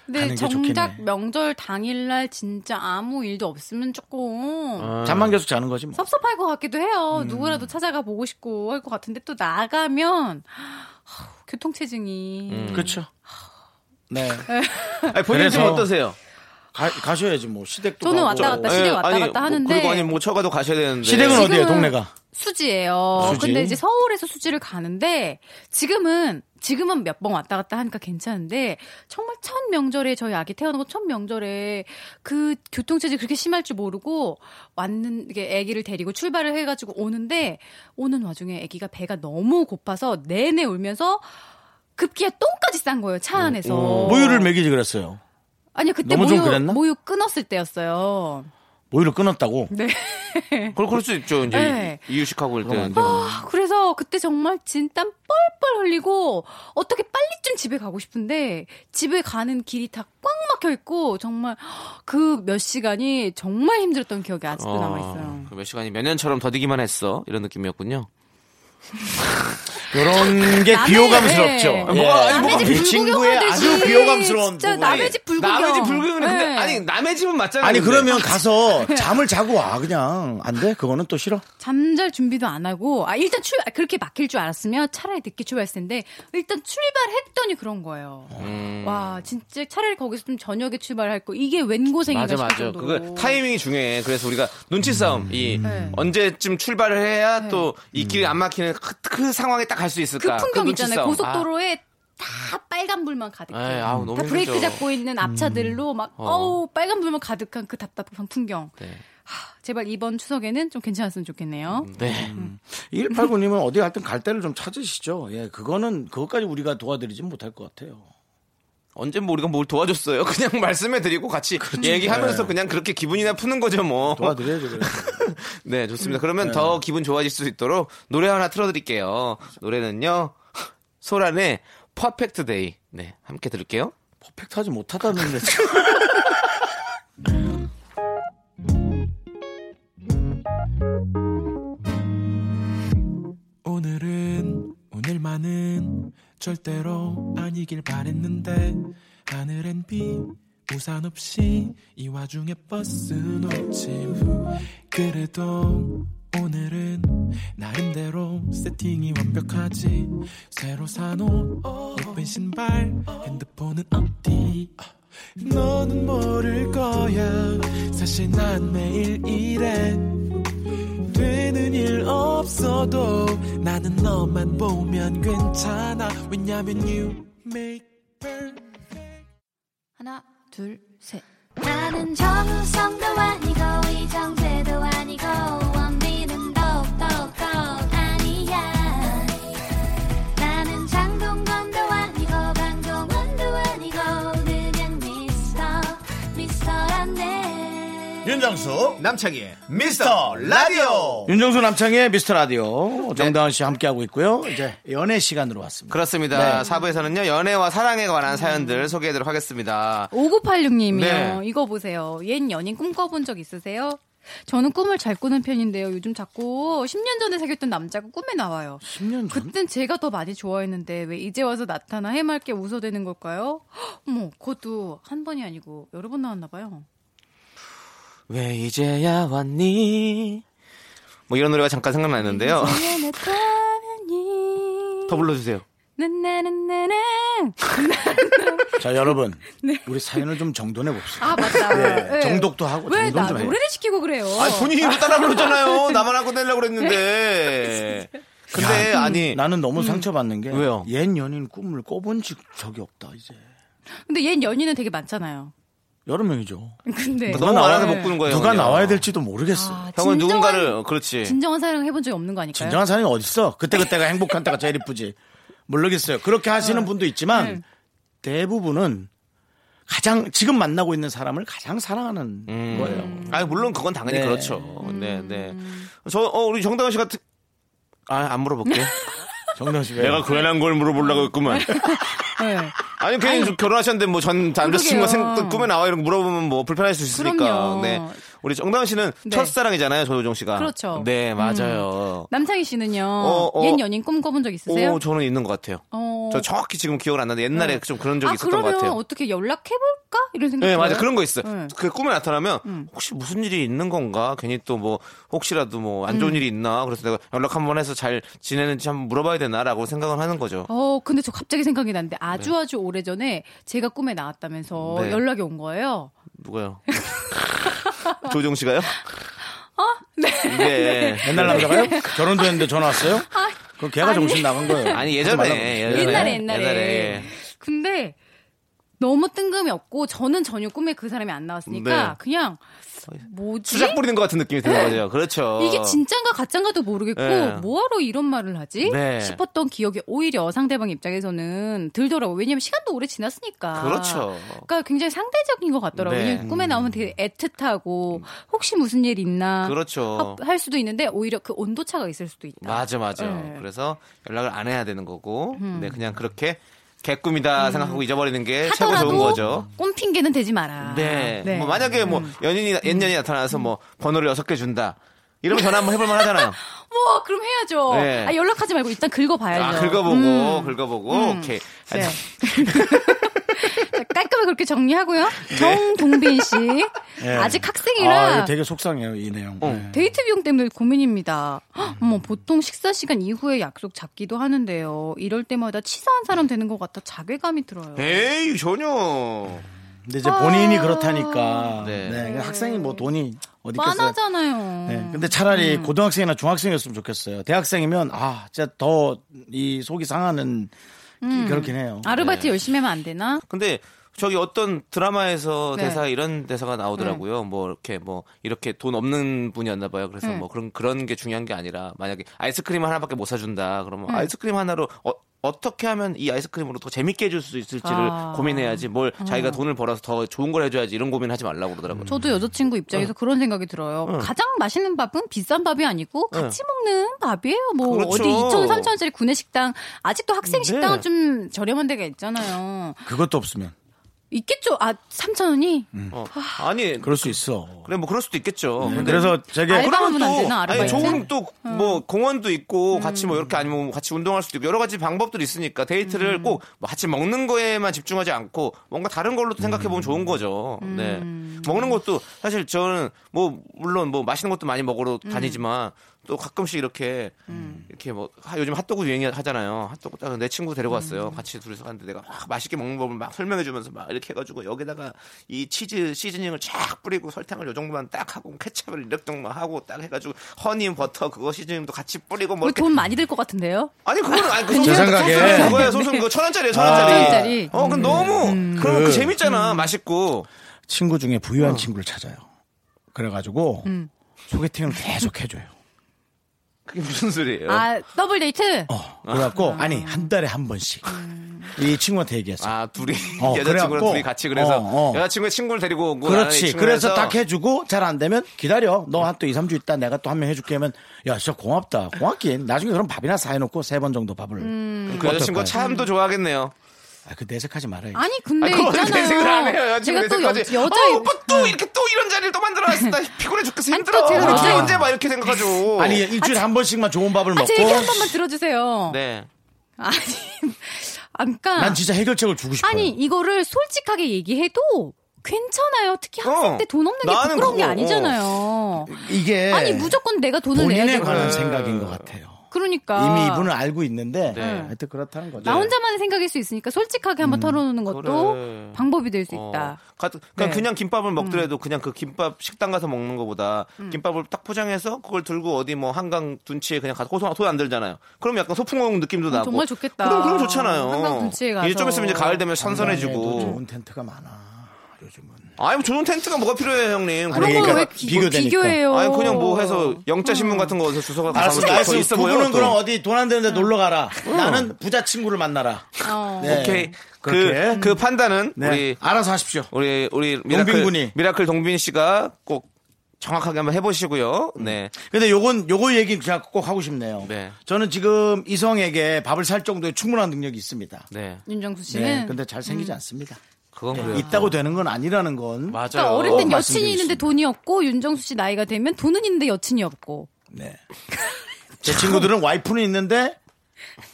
Speaker 10: 근데
Speaker 2: 게
Speaker 10: 정작
Speaker 2: 좋겠네.
Speaker 10: 명절 당일날 진짜 아무 일도 없으면 조금
Speaker 3: 어.
Speaker 2: 잠만 계속 자는 거지 뭐.
Speaker 10: 섭섭할 것 같기도
Speaker 2: 음.
Speaker 10: 해요. 누구라도 찾아가 보고 싶고 할 것 같은데 또 나가면 아우, 교통체증이
Speaker 2: 그렇죠.
Speaker 10: 음.
Speaker 2: 네.
Speaker 3: 아니, 본인 좀
Speaker 2: 그래서-
Speaker 3: 어떠세요?
Speaker 2: 가, 가셔야지 뭐 시댁도
Speaker 10: 저는
Speaker 2: 가고.
Speaker 10: 왔다 갔다 시댁
Speaker 3: 예,
Speaker 10: 왔다
Speaker 3: 아니,
Speaker 10: 갔다
Speaker 3: 뭐,
Speaker 10: 하는데
Speaker 3: 그리고 아니 뭐 처가도 가셔야 되는데
Speaker 2: 시댁은
Speaker 10: 지금은-
Speaker 2: 어디예요? 동네가.
Speaker 10: 수지예요.
Speaker 2: 수지.
Speaker 10: 근데 이제 서울에서 수지를 가는데 지금은 지금은 몇 번 왔다 갔다 하니까 괜찮은데 정말 첫 명절에 저희 아기 태어나고 첫 명절에 그 교통체증 이 그렇게 심할 줄 모르고 왔는 게 아기를 데리고 출발을 해가지고 오는데 오는 와중에 아기가 배가 너무 고파서 내내 울면서 급기야 똥까지 싼 거예요
Speaker 2: 음.
Speaker 10: 차 안에서
Speaker 2: 모유를 먹이지 그랬어요.
Speaker 10: 아니 그때
Speaker 2: 너무 좀
Speaker 10: 모유
Speaker 2: 그랬나?
Speaker 10: 모유 끊었을 때였어요
Speaker 2: 모유를 끊었다고.
Speaker 10: 네
Speaker 3: 그럴, 그럴 수 있죠. 이제
Speaker 10: 네.
Speaker 3: 이유식하고 일단. 어.
Speaker 2: 그럼 안
Speaker 10: 아, 그래서 그때 정말 진땀 뻘뻘 흘리고 어떻게 빨리 좀 집에 가고 싶은데 집에 가는 길이 다 꽉 막혀 있고 정말 그 몇 시간이 정말 힘들었던 기억이 아직도 남아 있어요.
Speaker 3: 그몇 시간이 몇 년처럼 더디기만 했어. 이런 느낌이었군요.
Speaker 2: 이런 게
Speaker 10: 남의-
Speaker 2: 비호감스럽죠. 예.
Speaker 10: 네.
Speaker 3: 뭐가- 아니,
Speaker 10: 남의
Speaker 3: 뭐가-
Speaker 10: 집
Speaker 2: 이 친구의
Speaker 10: 불구경하듯이
Speaker 2: 아주 비호감스러운
Speaker 10: 진짜
Speaker 2: 부분이.
Speaker 10: 남의 집 불구경.
Speaker 3: 남의 집 불교는 근데
Speaker 10: 네.
Speaker 3: 아니 남의 집은 맞잖아요.
Speaker 2: 아니
Speaker 3: 근데.
Speaker 2: 그러면 예. 가서 잠을 자고 와 그냥 안 돼? 그거는 또 싫어.
Speaker 10: 잠잘 준비도 안 하고 아 일단 출 그렇게 막힐 줄 알았으면 차라리 늦게 출발했을 텐데 일단 출발했더니 그런 거예요.
Speaker 3: 음.
Speaker 10: 와 진짜 차라리 거기서 좀 저녁에 출발할 거 이게 웬 고생인가
Speaker 3: 맞아
Speaker 10: 싶을
Speaker 3: 맞아.
Speaker 10: 정도로.
Speaker 3: 그거 타이밍이 중요해. 그래서 우리가 눈치 싸움. 이
Speaker 10: 네.
Speaker 3: 언제쯤 출발을 해야 또
Speaker 2: 음.
Speaker 3: 이 길이 안 막히는 그, 그 상황에 딱 갈 수
Speaker 10: 그
Speaker 3: 있을까?
Speaker 10: 풍경
Speaker 3: 눈치
Speaker 10: 있잖아요.
Speaker 3: 싸움.
Speaker 10: 고속도로에 다 빨간 불만 가득해.
Speaker 3: 에이, 아우, 너무
Speaker 10: 다 브레이크
Speaker 3: 힘들죠.
Speaker 10: 잡고 있는 앞차들로 막
Speaker 3: 어.
Speaker 10: 어. 우 빨간 불만 가득한 그 답답한 풍경.
Speaker 3: 네.
Speaker 10: 하, 제발 이번 추석에는 좀 괜찮았으면 좋겠네요.
Speaker 3: 아, 네.
Speaker 10: 음.
Speaker 2: 189님은 어디 갈땐 갈 때를 좀 찾으시죠. 예, 그거는 그것까지 우리가 도와드리진 못할 것 같아요.
Speaker 3: 언제 뭐 우리가 뭘 도와줬어요? 그냥 말씀해드리고 같이 얘기하면서
Speaker 2: 네.
Speaker 3: 그냥 그렇게 기분이나 푸는 거죠 뭐.
Speaker 2: 도와드려야죠. 그래서.
Speaker 3: 네, 좋습니다. 그러면 더 기분 좋아질 수 있도록 노래 하나 틀어드릴게요. 노래는요, 소란의 퍼펙트 데이. 네, 함께 들을게요.
Speaker 2: 퍼펙트하지 못하다는데.
Speaker 4: 오늘은 오늘만은 절대로 아니길 바랬는데 하늘엔 비 우산 없이 이 와중에 버스 놓침 그래도 오늘은 나름대로 세팅이 완벽하지 새로 산옷 예쁜 신발 핸드폰은 어디 너는 모를 거야 사실 난 매일 이래 되는 일 없어도 나는 너만 보면 괜찮아 왜냐면 you make
Speaker 10: 하나, 둘, 셋.
Speaker 5: 나는 정우성도 아니고 이정재도 아니고 원빈은 더욱더 아니야 나는 장동건도 아니고 강동원도 아니고 그냥 미스터 미스터란데
Speaker 2: 윤정수,
Speaker 3: 남창희의
Speaker 2: 미스터 라디오. 윤정수 남창의 미스터 라디오. 정다은 씨 함께하고 있고요. 이제 연애 시간으로 왔습니다.
Speaker 3: 그렇습니다. 사부에서는요, 연애와 사랑에 관한 사연들 소개해드리도록 하겠습니다.
Speaker 10: 5986님이요.
Speaker 3: 네.
Speaker 10: 이거 보세요. 옛 연인 꿈꿔본 적 있으세요? 저는 꿈을 잘 꾸는 편인데요. 요즘 자꾸 10년 전에 사귀었던 남자가 꿈에 나와요.
Speaker 2: 10년 전.
Speaker 10: 그땐 제가 더 많이 좋아했는데 왜 이제 와서 나타나 해맑게 웃어대는 걸까요? 헉, 어머, 그것도 한 번이 아니고 여러 번 나왔나 봐요.
Speaker 3: 왜 이제야 왔니? 뭐 이런 노래가 잠깐 생각났는데요. 더 불러주세요.
Speaker 10: 나나나나나.
Speaker 2: 자, 여러분. 우리 사연을 좀 정돈해 봅시다.
Speaker 10: 아 맞다.
Speaker 2: 네,
Speaker 10: 예.
Speaker 2: 정독도 하고
Speaker 10: 왜
Speaker 2: 정돈
Speaker 10: 나
Speaker 2: 좀 해요.
Speaker 10: 노래를 시키고 그래요?
Speaker 3: 아니, 본인이 이거 따라 부르잖아요. 나만 하고 내려고 그랬는데. 근데, 아니.
Speaker 2: 나는 너무 상처받는 게
Speaker 3: 음. 왜요?
Speaker 2: 옛 연인 꿈을 꿔본 적- 적이 없다 이제
Speaker 10: 근데 옛 연인은 되게 많잖아요.
Speaker 2: 여러 명이죠.
Speaker 10: 근데
Speaker 3: 뭐 너무
Speaker 2: 나와-
Speaker 3: 많아서 못 꾸는 거예요.
Speaker 2: 누가
Speaker 3: 그냥.
Speaker 2: 나와야 될지도 모르겠어.
Speaker 10: 아,
Speaker 3: 형은
Speaker 10: 진정한-
Speaker 3: 누군가를, 그렇지.
Speaker 10: 진정한 사랑을 해본 적이 없는 거 아닐까요?
Speaker 2: 진정한 사람이 어딨어? 그때 그때가 행복한
Speaker 10: 어. 네.
Speaker 2: 때가 제일 이쁘지. 모르겠어요. 그렇게 하시는 분도 있지만 대부분은 가장 지금 만나고 있는 사람을 가장 사랑하는
Speaker 3: 음.
Speaker 2: 거예요.
Speaker 3: 아 물론 그건 당연히
Speaker 2: 네.
Speaker 3: 그렇죠.
Speaker 10: 음.
Speaker 3: 네, 네. 저, 어, 우리 정다은 씨 같은, 아, 안 물어볼게.
Speaker 2: 정당 씨가
Speaker 3: 내가 괜한 걸 물어보려고 했구만.
Speaker 10: 네.
Speaker 3: 아니, 괜히 좀 결혼하셨는데 뭐 전 남자친구가
Speaker 10: 그러게요.
Speaker 3: 생각, 꿈에 나와 이런 거 물어보면 뭐 불편할 수 있으니까.
Speaker 10: 그럼요.
Speaker 3: 네. 우리 정다은 씨는
Speaker 10: 네.
Speaker 3: 첫사랑이잖아요, 조효정 씨가.
Speaker 10: 그렇죠.
Speaker 3: 네, 맞아요.
Speaker 10: 남창희 씨는요.
Speaker 3: 어, 어.
Speaker 10: 옛 연인 꿈 꿔본 적 있으세요?
Speaker 3: 오, 저는 있는 것 같아요.
Speaker 10: 어.
Speaker 3: 저 정확히 지금 기억을 안 나는데 옛날에 좀 그런 적이
Speaker 10: 아,
Speaker 3: 있었던 것
Speaker 10: 그러면
Speaker 3: 같아요.
Speaker 10: 어떻게 연락해볼까? 이런 생각이
Speaker 3: 네, 맞아.
Speaker 10: 들어요? 음.
Speaker 3: 그런 거 있어요.
Speaker 10: 네.
Speaker 3: 그 꿈에 나타나면, 혹시 무슨 일이 있는 건가? 괜히 또 뭐, 혹시라도 뭐, 안
Speaker 10: 음.
Speaker 3: 좋은 일이 있나? 그래서 내가 연락 한번 해서 잘 지내는지 한번 물어봐야 되나라고 생각을 하는 거죠.
Speaker 10: 어, 근데 저 갑자기 생각이 났는데 아주 아주 오래 전에 제가 꿈에 나왔다면서
Speaker 3: 네.
Speaker 10: 연락이 온 거예요.
Speaker 3: 누가요? 조종 씨가요? 어? 네.
Speaker 2: 옛날 남자가요? 결혼도 했는데 전화 왔어요? 그럼 걔가 정신 나간 거예요.
Speaker 3: 아니,
Speaker 2: 그러지
Speaker 3: 예전에.
Speaker 2: 말라고.
Speaker 3: 예전에.
Speaker 10: 아, 옛날에, 옛날에. 근데 너무 뜬금이 없고 저는 전혀 꿈에 그 사람이 안 나왔으니까
Speaker 3: 네.
Speaker 10: 그냥 뭐지?
Speaker 3: 수작 부리는 것 같은 느낌이 드는 거죠. 그렇죠.
Speaker 10: 이게 진짠가 가짠가도 모르겠고
Speaker 3: 네.
Speaker 10: 뭐하러 이런 말을 하지
Speaker 3: 네.
Speaker 10: 싶었던 기억이 오히려 상대방 입장에서는 들더라고 요 왜냐면 시간도 오래 지났으니까
Speaker 3: 그렇죠.
Speaker 10: 그러니까 굉장히 상대적인 것 같더라고요
Speaker 3: 네. 음.
Speaker 10: 왜냐면 꿈에 나오면 되게 애틋하고 혹시 무슨 일 있나
Speaker 3: 그렇죠.
Speaker 10: 하- 할 수도 있는데 오히려 그 온도차가 있을 수도 있다
Speaker 3: 맞아, 맞아.
Speaker 10: 네. 음.
Speaker 3: 그래서 연락을 안 해야 되는 거고, 네, 그냥 그렇게 개꿈이다 생각하고 잊어버리는 게 네, 최고
Speaker 10: 하더라도
Speaker 3: 좋은 거죠.
Speaker 10: 꿈 핑계는 되지 마라
Speaker 3: 네. 뭐 만약에 뭐
Speaker 10: 음.
Speaker 3: 연인이 옛 년이 나타나서 뭐 번호를 여섯 개 준다. 이러면 전화 한번 해볼 만 하잖아요.
Speaker 10: 뭐 그럼 해야죠
Speaker 3: 네.
Speaker 10: 아, 연락하지 말고 일단 긁어봐야죠 음.
Speaker 3: 아, 긁어보고, 긁어보고, 오케이. 아,
Speaker 10: 네. 자, 깔끔하게 그렇게 정리하고요. 정동빈 씨 아직
Speaker 2: 아,
Speaker 10: 학생이라
Speaker 2: 이거 되게 속상해요, 이 내용.
Speaker 3: 어.
Speaker 2: 네.
Speaker 10: 데이트 비용 때문에 고민입니다. 헉, 어머 보통 식사 시간 이후에 약속 잡기도 하는데요. 이럴 때마다 치사한 사람 되는 것 같아 자괴감이 들어요.
Speaker 3: 에이, 전혀.
Speaker 2: 근데 이제 본인이
Speaker 10: 아.
Speaker 2: 그렇다니까.
Speaker 3: 네.
Speaker 2: 네. 학생이 뭐 돈이 어디 있겠어요?
Speaker 10: 빤하잖아요.
Speaker 2: 네. 근데 차라리
Speaker 10: 음.
Speaker 2: 고등학생이나 중학생이었으면 좋겠어요. 대학생이면 아, 진짜 더 이 속이 상하는 그렇긴 해요.
Speaker 10: 음. 아르바이트 열심히 하면 안 되나?
Speaker 3: 근데 저기 어떤 드라마에서
Speaker 10: 네.
Speaker 3: 대사 이런 대사가 나오더라고요. 뭐 이렇게 뭐 이렇게 돈 없는 분이었나 봐요. 그래서
Speaker 10: 음.
Speaker 3: 뭐 그런 그런 게 중요한 게 아니라 만약에 아이스크림 하나밖에 못 사준다. 그러면
Speaker 10: 음.
Speaker 3: 아이스크림 하나로 어, 어떻게 하면 이 아이스크림으로 더 재밌게 해줄 수 있을지를
Speaker 10: 아.
Speaker 3: 고민해야지 뭘 자기가 돈을 벌어서 더 좋은 걸 해줘야지 이런 고민하지 말라고 그러더라고요.
Speaker 10: 저도 여자친구 입장에서 그런 생각이 들어요. 가장 맛있는 밥은 비싼 밥이 아니고 같이 먹는 밥이에요. 뭐
Speaker 3: 그렇죠.
Speaker 10: 어디 2천 원, 3천 원짜리 구내 식당 아직도 학생
Speaker 3: 네.
Speaker 10: 식당은 좀 저렴한 데가 있잖아요.
Speaker 2: 그것도 없으면
Speaker 10: 있겠죠. 아 3천 원이
Speaker 3: 어. 아니
Speaker 2: 음. 그럴 수 있어.
Speaker 3: 그래 뭐 그럴 수도 있겠죠.
Speaker 10: 음.
Speaker 3: 근데
Speaker 2: 네, 그래서 제게
Speaker 10: 알바
Speaker 3: 그러면
Speaker 10: 하면 안
Speaker 3: 또
Speaker 10: 되나, 음.
Speaker 3: 아니,
Speaker 10: 아르바이트?
Speaker 3: 좋은 또 뭐 공원도 있고 같이 뭐 이렇게 아니면 같이 운동할 수도 있고 여러 가지 방법들이 있으니까 데이트를
Speaker 10: 음.
Speaker 3: 꼭뭐 같이 먹는 거에만 집중하지 않고 뭔가 다른 걸로 또 생각해 보면
Speaker 2: 음.
Speaker 3: 좋은 거죠.
Speaker 10: 음.
Speaker 3: 네. 먹는 것도 사실 저는 뭐 물론 뭐 맛있는 것도 많이 먹으러
Speaker 10: 음.
Speaker 3: 다니지만 또 가끔씩 이렇게 이렇게 뭐 하- 요즘 핫도그 유행이 하잖아요. 핫도그 딱 내 친구 데려갔어요. 같이 둘이서 갔는데 내가 막 맛있게 먹는 법을 막 설명해 주면서 막 이렇게 해가지고 여기다가 이 치즈 시즈닝을 쫙 뿌리고 설탕을 요 정도만 딱 하고 케첩을 이렇게 정도만 하고 딱 해가지고 허니 버터 그거 시즈닝도 같이 뿌리고 뭐
Speaker 10: 우리
Speaker 3: 이렇게
Speaker 10: 돈 많이 들 것 같은데요.
Speaker 3: 아니 그거는 아니 그
Speaker 2: 제 생각에.
Speaker 3: 그거야 소스 그천 원짜리 천 원짜리.
Speaker 10: 원짜리.
Speaker 3: 어 그럼 너무 그러면 그
Speaker 2: 그-
Speaker 3: 재밌잖아 맛있고.
Speaker 2: 친구 중에
Speaker 10: 어.
Speaker 2: 부유한 친구를 찾아요. 그래가지고
Speaker 10: 음.
Speaker 2: 소개팅을 계속 해줘요.
Speaker 3: 그게 무슨 소리예요? 아,
Speaker 10: 아 더블 데이트.
Speaker 2: 어, 그래갖고 아니 한 달에 한 번씩
Speaker 10: 음.
Speaker 2: 이 친구한테 얘기했어. 요
Speaker 3: 아, 둘이
Speaker 2: 어,
Speaker 3: 여자친구랑
Speaker 2: 그래갖고-
Speaker 3: 둘이 같이 그래서
Speaker 2: 어, 어.
Speaker 3: 여자친구의 친구를 데리고 오고 뭐 나는 이
Speaker 2: 그렇지.
Speaker 3: 친구를
Speaker 2: 그래서
Speaker 3: 해서
Speaker 2: 딱 해주고 잘 안 되면 기다려. 너 한 또 2, 3주 있다 내가 또 한 명 해줄게 하면 야 진짜 고맙다. 고맙긴. 나중에 그럼 밥이나 사해놓고 세 번 정도 밥을.
Speaker 10: 음.
Speaker 3: 그 여자친구
Speaker 2: 어떨까요?
Speaker 3: 참도 좋아하겠네요.
Speaker 2: 아, 그 내색하지 말아요.
Speaker 10: 아니 근데
Speaker 3: 그거 어떻게 생각을 안 해요.
Speaker 10: 있잖아요.
Speaker 3: 여자친구
Speaker 10: 제가 또 여,
Speaker 3: 내색까지.
Speaker 10: 여자 음.
Speaker 3: 어, 오빠 또 이렇게 또 이런 자리를 또 만들어놨어. 나 피곤해 죽겠어.
Speaker 10: 아니, 또
Speaker 3: 힘들어.
Speaker 10: 제가
Speaker 3: 우리 둘이
Speaker 10: 여자예요.
Speaker 3: 언제 막 이렇게 생각하죠.
Speaker 2: 아니 일주일에 한 번씩만 좋은 밥을
Speaker 10: 아,
Speaker 2: 먹고
Speaker 10: 제 얘기 한 번만 들어주세요.
Speaker 3: 네.
Speaker 10: 아니 아까
Speaker 2: 난 진짜 해결책을 주고 싶어요.
Speaker 10: 아니 이거를 솔직하게 얘기해도 괜찮아요. 특히 학생
Speaker 3: 어.
Speaker 10: 때 돈 없는 게
Speaker 3: 나는
Speaker 10: 부끄러운 게
Speaker 3: 그거, 어.
Speaker 10: 아니잖아요.
Speaker 2: 이게
Speaker 10: 아니 무조건 내가 돈을 내야
Speaker 2: 본인에
Speaker 10: 되고
Speaker 2: 관한
Speaker 3: 네.
Speaker 2: 생각인 것 같아요.
Speaker 10: 그러니까
Speaker 2: 이미 이분을 알고 있는데
Speaker 3: 네.
Speaker 2: 하여튼 그렇다는 거죠. 네.
Speaker 10: 나 혼자만의 생각일 수 있으니까 솔직하게
Speaker 2: 음.
Speaker 10: 한번 털어놓는 것도
Speaker 3: 그래.
Speaker 10: 방법이 될 수
Speaker 3: 어,
Speaker 10: 있다.
Speaker 3: 가- 그러니까
Speaker 10: 네.
Speaker 3: 그냥 김밥을 먹더라도 그냥 그 김밥 식당 가서 먹는 것보다
Speaker 10: 음.
Speaker 3: 김밥을 딱 포장해서 그걸 들고 어디 뭐 한강 둔치에 그냥 가서 호소 손안 들잖아요. 그럼 약간 소풍공 느낌도 나고.
Speaker 10: 음, 정말 좋겠다.
Speaker 3: 그럼 그럼 좋잖아요.
Speaker 10: 한강 둔치에 가서.
Speaker 3: 이제 좀 있으면 이제 가을
Speaker 2: 아,
Speaker 3: 되면
Speaker 2: 한강에도
Speaker 3: 선선해지고.
Speaker 2: 네, 좋은 텐트가 많아. 요즘은.
Speaker 3: 아이 뭐 좋은 텐트가 뭐가 필요해요, 형님.
Speaker 2: 아니,
Speaker 10: 그런
Speaker 2: 그러니까
Speaker 10: 거 왜
Speaker 2: 비교되니까.
Speaker 10: 비교해요? 어.
Speaker 3: 아니 그냥 뭐 해서
Speaker 10: 음.
Speaker 3: 영자 신문 같은 거서 주소가
Speaker 2: 알았습니다.
Speaker 3: 가서
Speaker 2: 알았습니다.
Speaker 3: 있어
Speaker 2: 두
Speaker 3: 보여.
Speaker 2: 분은
Speaker 3: 또.
Speaker 2: 그럼 어디 돈 안 되는데 놀러 가라. 나는 부자 친구를 만나라.
Speaker 10: 어.
Speaker 2: 네.
Speaker 3: 오케이. 그,
Speaker 2: 그렇게.
Speaker 3: 그 판단은
Speaker 2: 네.
Speaker 3: 우리
Speaker 2: 알아서 하십시오.
Speaker 3: 우리 우리 미라클
Speaker 2: 동빈군이.
Speaker 3: 미라클 동빈 씨가 꼭 정확하게 한번 해보시고요. 네.
Speaker 2: 근데 요건 요거 얘기 제가 꼭 하고 싶네요.
Speaker 3: 네.
Speaker 2: 저는 지금 이성에게 밥을 살 정도의 충분한 능력이 있습니다.
Speaker 3: 네.
Speaker 10: 윤정수 씨는
Speaker 2: 네. 근데 잘 생기지 않습니다.
Speaker 3: 그건
Speaker 2: 네.
Speaker 3: 그래요.
Speaker 2: 있다고 되는 건 아니라는 건.
Speaker 3: 맞아요.
Speaker 10: 그러니까 어릴 땐
Speaker 2: 어,
Speaker 10: 여친이 있는데 돈이 없고 윤정수 씨 나이가 되면 돈은 있는데 여친이 없고
Speaker 2: 네. 제 친구들은 와이프는 있는데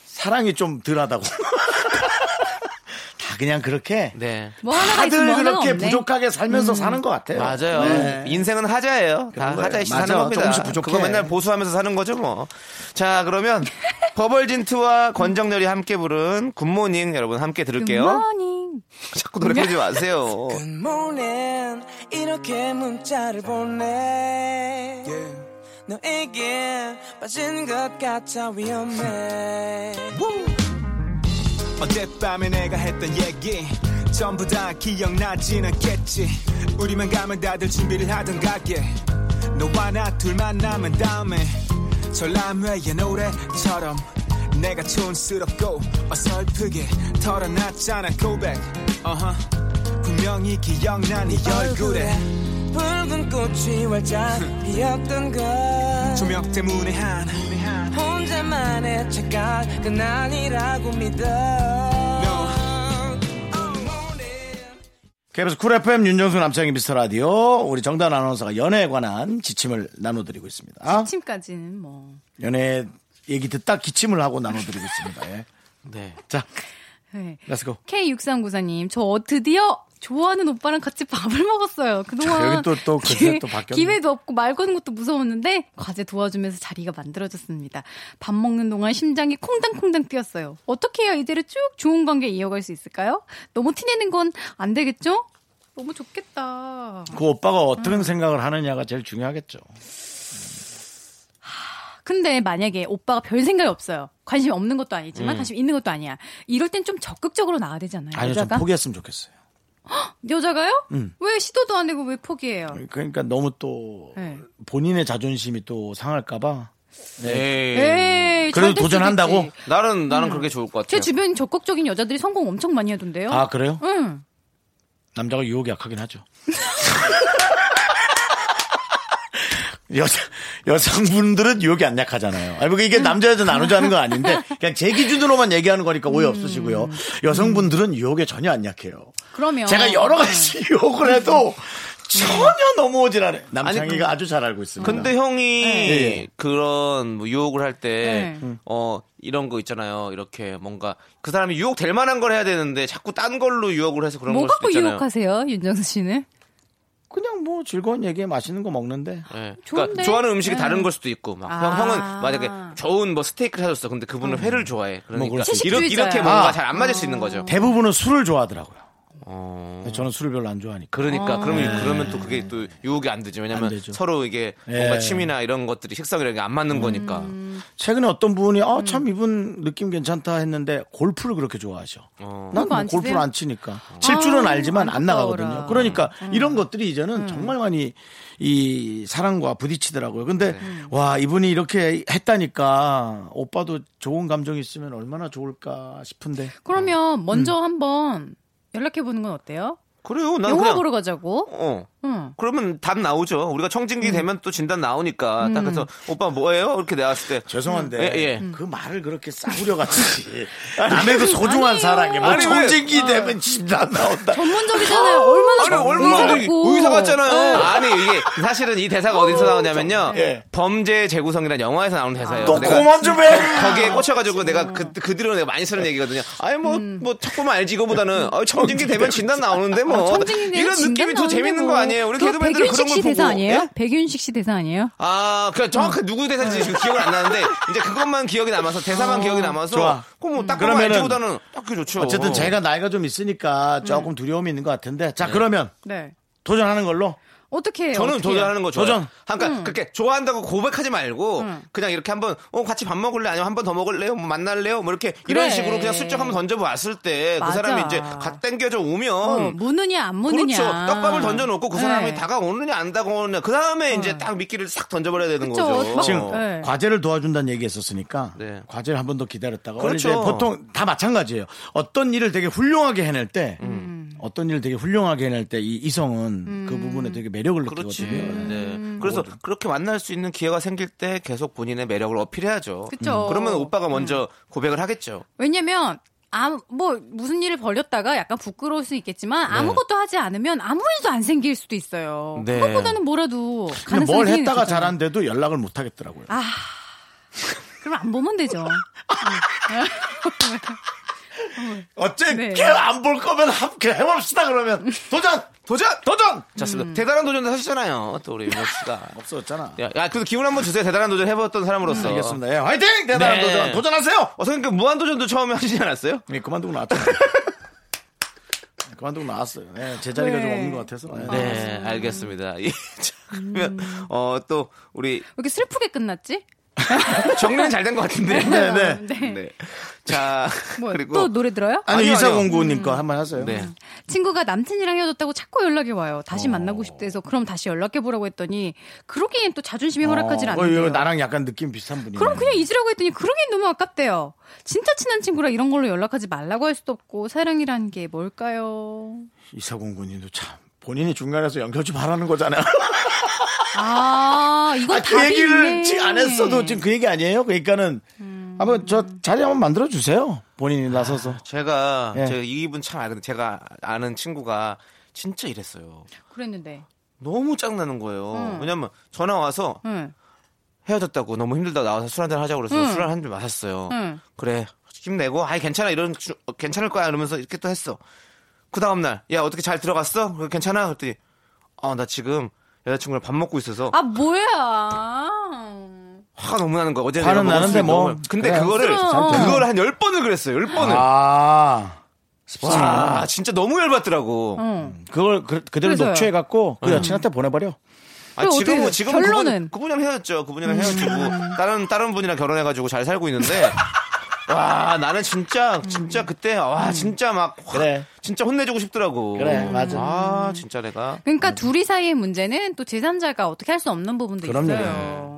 Speaker 2: 사랑이 좀 덜하다고. 다 그냥 그렇게
Speaker 3: 네.
Speaker 10: 뭐 하나가
Speaker 2: 다들
Speaker 10: 있으면 뭐 하나가
Speaker 2: 그렇게
Speaker 10: 없네.
Speaker 2: 부족하게 살면서 사는 것 같아요.
Speaker 3: 맞아요.
Speaker 2: 네.
Speaker 3: 인생은 하자예요. 다
Speaker 2: 그런 거예요.
Speaker 3: 하자이시
Speaker 2: 맞아.
Speaker 3: 사는 겁니다.
Speaker 2: 조금씩 부족해.
Speaker 3: 그거 맨날 보수하면서 사는 거죠, 뭐. 자, 그러면 버벌진트와 권정렬이 함께 부른 굿모닝 여러분 함께 들을게요.
Speaker 10: 음, 굿모닝
Speaker 3: 자꾸 노래 부르지 마세요.
Speaker 8: morning 이렇게 문자를 보내 너에게 빠진 것 같아 위험해
Speaker 4: 어젯밤에 내가 했던 얘기 전부 다 기억나진 않겠지 우리만 가면 다들 준비를 하던 가게 너와 나 둘 만나면 다음에 전람회의 노래처럼 내가 촌스럽고 어설프게 털어놨잖아 고백 uh-huh. 분명히 기억나 네 얼굴에
Speaker 8: 붉은 꽃이 활짝 피었던 걸
Speaker 4: 조명 때문에 한
Speaker 8: 혼자만의 착각 그아니라고 믿어 Oh,
Speaker 2: KBS 쿨 FM 윤정수 남창희 미스터 라디오 우리 정단 아나운서가 연애에 관한 지침을 나눠드리고 있습니다. 아?
Speaker 10: 침까지는 뭐
Speaker 2: 연애 얘기 듣다 기침을 하고 나눠드리고 있습니다. 예.
Speaker 3: 네.
Speaker 2: 자,
Speaker 10: 네.
Speaker 2: 렛츠고.
Speaker 10: K6394님, 저 드디어 좋아하는 오빠랑 같이 밥을
Speaker 2: 자,
Speaker 10: 먹었어요. 그동안
Speaker 2: 여기 또- 또
Speaker 10: 기-
Speaker 2: 그새 또 바뀌었네.
Speaker 10: 기회도 없고 말 거는 것도 무서웠는데 과제 도와주면서 자리가 만들어졌습니다. 밥 먹는 동안 심장이 콩당콩당 뛰었어요. 어떻게 해야 이대로 쭉 좋은 관계 이어갈 수 있을까요? 너무 티내는 건 안 되겠죠? 너무 좋겠다.
Speaker 2: 그 오빠가 어떤 생각을 하느냐가 제일 중요하겠죠.
Speaker 10: 근데 만약에 오빠가 별 생각이 없어요. 관심이 없는 것도 아니지만 관심 있는 것도 아니야. 이럴 땐 좀 적극적으로 나와야 되잖아요.
Speaker 2: 음. 아니요, 좀
Speaker 10: 여자가.
Speaker 2: 포기했으면 음. 좋겠어요.
Speaker 10: 여자가요? 왜 시도도 안 되고 왜 포기해요?
Speaker 2: 그러니까 너무 또
Speaker 10: 네.
Speaker 2: 본인의 자존심이 또 상할까봐. 네.
Speaker 10: 네.
Speaker 3: 예.
Speaker 10: 에이,
Speaker 2: 그래도
Speaker 10: 잘 됐을
Speaker 2: 도전한다고?
Speaker 10: 수 있지.
Speaker 3: 나는 나는 그렇게 좋을 것
Speaker 10: 예, 음. 제
Speaker 3: 같아요.
Speaker 10: 주변 적극적인 여자들이 성공 엄청 많이 하던데요.
Speaker 2: 아, 그래요?
Speaker 10: 어? 응.
Speaker 2: 남자가 유혹이 약하긴 하죠. 여자, 여성분들은 유혹이 안 약하잖아요. 아니, 뭐
Speaker 10: 음.
Speaker 2: 이게 남자 여자 나누자는 건 아닌데, 그냥 제 기준으로만 얘기하는 거니까
Speaker 10: 음.
Speaker 2: 오해 없으시고요. 여성분들은 유혹에 전혀 안 약해요.
Speaker 10: 그러면 네.
Speaker 2: 제가 여러 가지 유혹을 해도 전혀 넘어오질 않아요. 음. 남창희가 아주 잘 알고 있습니다. 뭐
Speaker 3: 근데 형이
Speaker 2: 네.
Speaker 3: 그런 뭐 유혹을 할 때
Speaker 10: 예, 네.
Speaker 3: 어, 이런 거 있잖아요. 이렇게 뭔가 그 사람이 유혹될 만한 걸 해야 되는데 자꾸 딴 걸로 유혹을 해서 그런
Speaker 10: 뭐
Speaker 3: 걸 수도
Speaker 10: 갖고
Speaker 3: 있잖아요.
Speaker 10: 유혹하세요, 윤정수 씨는?
Speaker 2: 그냥 뭐 즐거운 얘기에 맛있는 거 먹는데.
Speaker 3: 예.
Speaker 10: 좋은데?
Speaker 3: 그러니까 좋아하는 음식이
Speaker 10: 네.
Speaker 3: 다른 걸 수도 있고 막
Speaker 10: 아.
Speaker 3: 형, 형은 만약에 좋은 뭐 스테이크를 사줬어 근데 그분은 회를 좋아해
Speaker 2: 뭐
Speaker 3: 그러니까
Speaker 2: 그럴 수 있지.
Speaker 3: 이렇게,
Speaker 10: 채식주의자야. 어.
Speaker 3: 이렇게 뭔가
Speaker 2: 아.
Speaker 3: 잘 안 맞을 수 있는 거죠
Speaker 2: 대부분은 술을 좋아하더라고요.
Speaker 3: 어.
Speaker 2: 저는 술을 별로 안 좋아하니까.
Speaker 10: 어.
Speaker 3: 그러니까 그러면 그러면 또 그게 또 유혹이 안 되죠 왜냐면
Speaker 2: 네. 안 되죠.
Speaker 3: 서로 이게
Speaker 2: 예.
Speaker 3: 뭔가 취미나 이런 것들이 식성이랑 이게 안 맞는 거니까
Speaker 10: 음.
Speaker 2: 최근에 어떤 분이 아 참 이분 느낌 괜찮다 했는데 골프를 그렇게 좋아하셔.
Speaker 3: 어.
Speaker 2: 난
Speaker 10: 그거
Speaker 2: 뭐
Speaker 10: 안
Speaker 2: 골프를
Speaker 10: 치세요?
Speaker 2: 안 치니까 칠 줄은
Speaker 10: 아,
Speaker 2: 알지만 안 나가거든요.
Speaker 10: 안타까워라. 음.
Speaker 2: 그러니까 이런 것들이 이제는 정말 많이 이 사랑과 부딪히더라고요. 근데 와 이분이 이렇게 했다니까 오빠도 좋은 감정이 있으면 얼마나 좋을까 싶은데
Speaker 10: 그러면
Speaker 3: 음.
Speaker 10: 먼저 한번 연락해 보는 건 어때요?
Speaker 3: 그래요 난
Speaker 10: 영화
Speaker 3: 그냥
Speaker 10: 보러 가자고.
Speaker 3: 어
Speaker 10: 응.
Speaker 3: 그러면 답 나오죠 우리가
Speaker 10: 음.
Speaker 3: 청진기 되면 또 진단 나오니까 딱 그래서 오빠 뭐예요 이렇게 나왔을 때
Speaker 2: 죄송한데
Speaker 3: 예, 예.
Speaker 2: 그 말을 그렇게 싸구려 같이 남의 그 소중한
Speaker 10: 아니에요. 어.
Speaker 2: 사랑에 뭐
Speaker 3: 아니, 왜-
Speaker 2: 정쟁기 되면 진짜 안 나온다.
Speaker 10: 전문적이잖아요. 얼마나
Speaker 3: 아니 얼마나
Speaker 10: 전문적이고. 어.
Speaker 3: 의사 같잖아요. 아니 이게 사실은 이 대사가 어디서 나오냐면요.
Speaker 2: 예.
Speaker 3: 범죄 재구성이란 영화에서 나오는 대사예요.
Speaker 2: 너
Speaker 3: 내가
Speaker 2: 그만 좀 해.
Speaker 3: 거기에 꽂혀가지고
Speaker 10: 아.
Speaker 3: 내가 그, 그 뒤로 내가 많이
Speaker 10: 네.
Speaker 3: 쓰는 얘기거든요. 아니 뭐,
Speaker 10: 음.
Speaker 3: 뭐, 자꾸만 알지, 이거보다는. 어, 청진기 되면 진단 나오는데 뭐.
Speaker 10: 아, 청진이네.
Speaker 3: 이런 느낌이 더 재밌는 거 아니에요? 우리 개그맨들은 그런
Speaker 10: 뭐. 백윤식
Speaker 3: 걸
Speaker 10: 씨
Speaker 3: 보고.
Speaker 10: 대사 아니에요?
Speaker 3: 예?
Speaker 10: 백윤식 씨 대사 아니에요?
Speaker 3: 아, 그냥 정확히 누구 대사인지 지금 기억을 안 나는데, 이제 그것만 기억이 남아서, 대사만 기억이 남아서.
Speaker 2: 좋아.
Speaker 3: 그럼 뭐, 딱 보면
Speaker 2: 그러면은
Speaker 3: 알지보다는 딱히 좋죠.
Speaker 2: 어쨌든
Speaker 10: 음.
Speaker 2: 제가 나이가 좀 있으니까 조금 두려움이 있는 것 같은데 자 그러면
Speaker 10: 네.
Speaker 2: 도전하는 걸로
Speaker 10: 어떻게 해요?
Speaker 3: 저는
Speaker 10: 어떻게 해요?
Speaker 3: 도전하는 거 좋아요.
Speaker 2: 도전.
Speaker 3: 그러니까 그렇게 좋아한다고 고백하지 말고 그냥 이렇게 한번 어 같이 밥 먹을래 아니면 한번 더 먹을래요? 뭐 만날래요? 뭐 이렇게 이런
Speaker 10: 그래.
Speaker 3: 식으로 그냥 슬쩍 한번 던져 봤을 때 그
Speaker 10: 맞아.
Speaker 3: 사람이 이제 갓 땡겨져 오면
Speaker 10: 어, 무느냐 안 무느냐.
Speaker 3: 그렇죠. 떡밥을 던져놓고 그 사람이
Speaker 10: 네.
Speaker 3: 다가오느냐 안 다가오느냐 그 다음에 이제 딱 미끼를 싹 던져버려야 되는
Speaker 10: 그쵸.
Speaker 3: 거죠.
Speaker 10: 막-
Speaker 2: 지금
Speaker 10: 네.
Speaker 2: 과제를 도와준다는 얘기했었으니까
Speaker 3: 어. 네.
Speaker 2: 과제를 한 번 더 기다렸다가
Speaker 3: 그렇죠.
Speaker 2: 원래 이제 보통 다 마찬가지예요. 어떤 일을 되게 훌륭하게 해낼 때 음. 어떤 일을 되게 훌륭하게 해낼 때 이 이성은 그 부분에 되게 매력을
Speaker 3: 그렇지.
Speaker 2: 느끼거든요.
Speaker 3: 네. 그래서 그렇게 만날 수 있는 기회가 생길 때 계속 본인의 매력을 어필해야죠. 음.
Speaker 10: 그쵸.
Speaker 3: 그러면 오빠가 먼저 고백을 하겠죠.
Speaker 10: 왜냐면 아, 뭐 무슨 일을 벌였다가 약간 부끄러울 수 있겠지만
Speaker 2: 네.
Speaker 10: 아무것도 하지 않으면 아무 일도 안 생길 수도 있어요.
Speaker 3: 네.
Speaker 10: 그것보다는 뭐라도
Speaker 2: 근데
Speaker 10: 가능성이
Speaker 2: 뭘
Speaker 10: 생기는
Speaker 2: 했다가
Speaker 10: 거잖아요.
Speaker 2: 잘한데도 연락을 못 하겠더라고요.
Speaker 10: 그럼 안 보면 되죠.
Speaker 2: 어째
Speaker 10: 네.
Speaker 2: 걔안볼 거면 함께 해봅시다 그러면 도전 도전 도전
Speaker 3: 좋습니다. 음. 대단한 도전도 하시잖아요. 또 우리 민혁 씨가.
Speaker 2: 없어졌잖아.
Speaker 3: 야, 야, 그래도 기운 한번 주세요. 대단한 도전 해봤던 사람으로서.
Speaker 2: 알겠습니다. 예, 화이팅 대단한
Speaker 3: 네.
Speaker 2: 도전 도전하세요.
Speaker 3: 어, 선생님, 그 무한도전도 처음에 하시지 않았어요?
Speaker 2: 네, 그만두고 나왔죠. 그만두고 나왔어요. 네, 제자리가 좀 없는 것 같아서. 네.
Speaker 3: 네, 알겠습니다. 예, 자, 그러면, 어, 또, 우리,
Speaker 10: 왜 이렇게 슬프게 끝났지?
Speaker 3: 정리는 잘 된 것 같은데.
Speaker 2: 네, 네.
Speaker 3: 네. 자,
Speaker 10: 뭐,
Speaker 3: 그리고.
Speaker 10: 또 노래 들어요?
Speaker 2: 아니
Speaker 3: 아니요,
Speaker 2: 이사공구님
Speaker 10: 음.
Speaker 2: 거 한번 하세요.
Speaker 3: 네.
Speaker 10: 친구가 남친이랑 헤어졌다고 자꾸 연락이 와요.
Speaker 2: 어.
Speaker 10: 다시 만나고 싶대서 그럼 다시 연락해 보라고 했더니 그러기엔 또 자존심이 허락하진
Speaker 2: 어,
Speaker 10: 않는데요.
Speaker 2: 이거 나랑 약간 느낌 비슷한 분이네.
Speaker 10: 그럼 그냥 잊으라고 했더니 그러기엔 너무 아깝대요. 진짜 친한 친구라 이런 걸로 연락하지 말라고 할 수도 없고 사랑이란 게 뭘까요?
Speaker 2: 이사공구님도 참 본인이 중간에서 연결 좀 하라는 거잖아요.
Speaker 10: 아, 이건
Speaker 2: 아,
Speaker 10: 답이
Speaker 2: 그 얘기를
Speaker 10: 있네. 음.
Speaker 2: 지금 안 했어도 지금 그 얘기 아니에요. 그러니까는 한번 저 자리 한번 만들어 주세요.
Speaker 10: 아.
Speaker 2: 본인이 나서서.
Speaker 3: 네. 제가,
Speaker 2: 예.
Speaker 3: 제가 이 기분 참 아는데, 제가 아는 친구가 진짜 이랬어요.
Speaker 10: 그랬는데.
Speaker 3: 너무 짱나는 거예요. 왜냐면 전화 와서
Speaker 10: 응.
Speaker 3: 헤어졌다고 너무 힘들다 나와서 술 한잔 하자고 그래서 술 한 잔 마셨어요.
Speaker 10: 응.
Speaker 3: 그래 힘내고 아이 괜찮아 이런 주- 어, 괜찮을 거야 이러면서 이렇게 또 했어. 그 다음 날야 어떻게 잘 들어갔어? 그래, 괜찮아? 그랬더니 아나 지금 여자친구랑 밥 먹고 있어서
Speaker 10: 아, 뭐야.
Speaker 3: 화가 너무 나는 거야. 어제 내가
Speaker 2: 화는
Speaker 3: 먹은
Speaker 2: 나는데
Speaker 3: 술이
Speaker 2: 뭐.
Speaker 3: 너무- 근데
Speaker 2: 그래,
Speaker 3: 그거를
Speaker 10: 술은, 어.
Speaker 3: 그걸 한 열 번을 그랬어요. 열 번을. 아.
Speaker 2: 아.
Speaker 3: 진짜 너무 열받더라고.
Speaker 2: 그걸 그, 그대로
Speaker 10: 어. 그래서요.
Speaker 2: 녹취해 갖고
Speaker 3: 음.
Speaker 2: 그 여친한테 보내버려.
Speaker 3: 아,
Speaker 10: 그럼
Speaker 3: 지금
Speaker 10: 어떻게
Speaker 3: 지금
Speaker 10: 결론은?
Speaker 3: 그분, 그분이랑 헤어졌죠. 그분이랑 헤어지고 다른 다른 분이랑 결혼해가지고 잘 살고 있는데 와 나는 진짜 진짜 그때 와 진짜 막 확,
Speaker 2: 그래.
Speaker 3: 진짜 혼내주고 싶더라고.
Speaker 2: 그래, 맞아.
Speaker 3: 아 진짜 내가
Speaker 10: 그러니까 둘이 사이의 문제는 또 제3자가 어떻게 할 수 없는 부분도
Speaker 2: 음. 그럼요. 네.
Speaker 10: 있어요.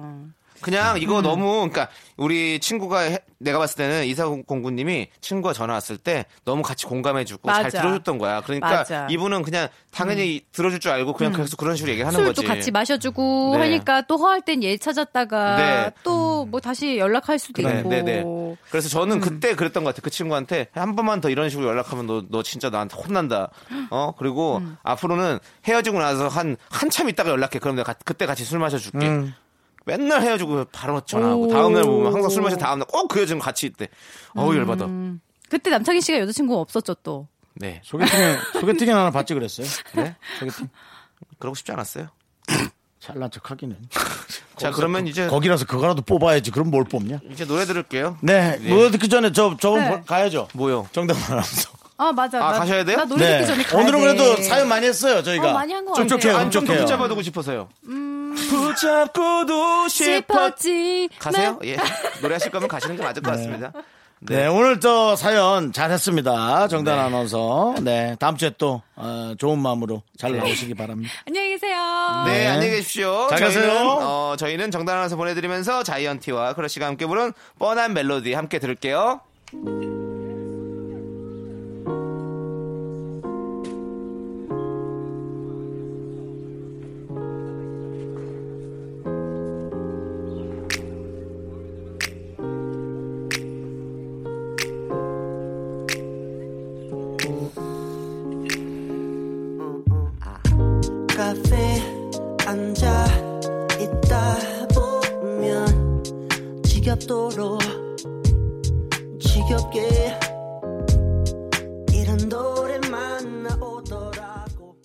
Speaker 3: 그냥 이거 너무 그러니까 우리 친구가 해- 내가 봤을 때는 이사공구님이 친구가 전화 왔을 때 너무 같이 공감해주고 잘
Speaker 10: 맞아.
Speaker 3: 들어줬던 거야. 그러니까
Speaker 10: 맞아. 음.
Speaker 3: 이분은 그냥 당연히 들어줄 줄 알고 그냥 계속 그런 식으로 얘기하는
Speaker 10: 술도
Speaker 3: 거지.
Speaker 10: 같이 마셔주고
Speaker 3: 네.
Speaker 10: 하니까 또 허할 땐 얘 찾았다가
Speaker 3: 네.
Speaker 10: 또
Speaker 2: 음.
Speaker 10: 뭐 다시 연락할 수도
Speaker 3: 네,
Speaker 10: 있고.
Speaker 3: 네, 네. 그래서 저는 그때 그랬던 것 같아요. 그 친구한테 한 번만 더 이런 식으로 연락하면 너, 너 진짜 나한테 혼난다. 어? 그리고 앞으로는 헤어지고 나서 한, 한참 있다가 연락해. 그럼 내가 가- 그때 같이 술 마셔줄게. 맨날 헤어지고 바로 전화하고 다음날 보면 항상 술 마신 다음날 꼭 그 여자랑 같이 있대. 어우, 열받아.
Speaker 10: 그때 남창희 씨가 여자친구 가 없었죠 또.
Speaker 3: 네.
Speaker 2: 소개팅에 소개팅에 하나 받지 그랬어요.
Speaker 3: 네.
Speaker 2: 소개팅
Speaker 3: 그러고 싶지 않았어요.
Speaker 2: 잘난 척하기는.
Speaker 3: 자, 그러면 이제,
Speaker 2: 거기라서 그거라도 뽑아야지. 그럼 뭘 뽑냐?
Speaker 3: 이제 노래 들을게요.
Speaker 2: 네,
Speaker 3: 네.
Speaker 2: 뭐 듣기 전에 저 저건
Speaker 10: 네.
Speaker 2: 보- 가야죠.
Speaker 3: 뭐요?
Speaker 2: 정답 말하면서. 네.
Speaker 10: 아 맞아.
Speaker 3: 아,
Speaker 10: 나,
Speaker 3: 가셔야 돼요?
Speaker 10: 나 노래 듣기 전에 가야
Speaker 2: 오늘은
Speaker 10: 돼.
Speaker 2: 그래도 사연 많이 했어요 저희가.
Speaker 10: 어, 많이 한것
Speaker 2: 촉촉해요,
Speaker 10: 같아요.
Speaker 3: 좀 더
Speaker 2: 촉촉해요.
Speaker 3: 붙잡아두고 싶어서요. 붙잡고도 싶었.
Speaker 10: 슬펐지. 네.
Speaker 3: 가세요?
Speaker 10: 나-
Speaker 3: 예. 노래하실 거면 가시는 게 맞을 것 같습니다.
Speaker 2: 네, 오늘 저 사연 잘했습니다. 정단 아나운서. 네, 다음 주에 또 어, 좋은 마음으로 잘 나오시기 바랍니다.
Speaker 10: 안녕히 계세요.
Speaker 3: 네,
Speaker 2: 네.
Speaker 3: 안녕히 계십시오.
Speaker 2: 잘 가세요.
Speaker 3: 저희는, 어, 저희는 정단하면서 보내드리면서 자이언티와 크러쉬가 함께 부른 뻔한 멜로디 함께 들을게요.
Speaker 11: 카페 앉아 있다 보면 지겹도록 지겹게 이런 노래만 나오더라고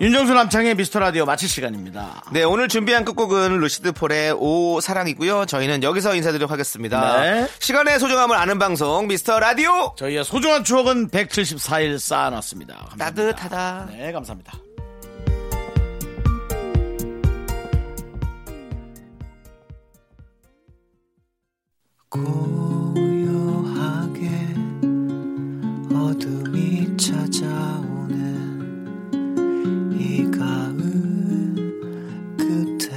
Speaker 2: 윤정수 남창의 미스터 라디오 마칠 시간입니다.
Speaker 3: 네, 오늘 준비한 끝곡은 루시드 폴의 오 사랑이고요. 저희는 여기서 인사드리도록 하겠습니다.
Speaker 2: 네.
Speaker 3: 시간의 소중함을 아는 방송 미스터 라디오.
Speaker 2: 저희의 소중한 추억은 174일 쌓아놨습니다. 감사합니다.
Speaker 3: 따뜻하다.
Speaker 2: 네, 감사합니다.
Speaker 11: 고요하게 어둠이 찾아오는 이 가을 끝에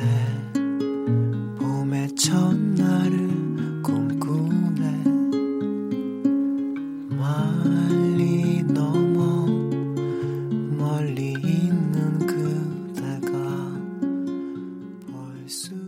Speaker 11: 봄의 첫날을 꿈꾸네 멀리 넘어 멀리 있는 그대가 볼수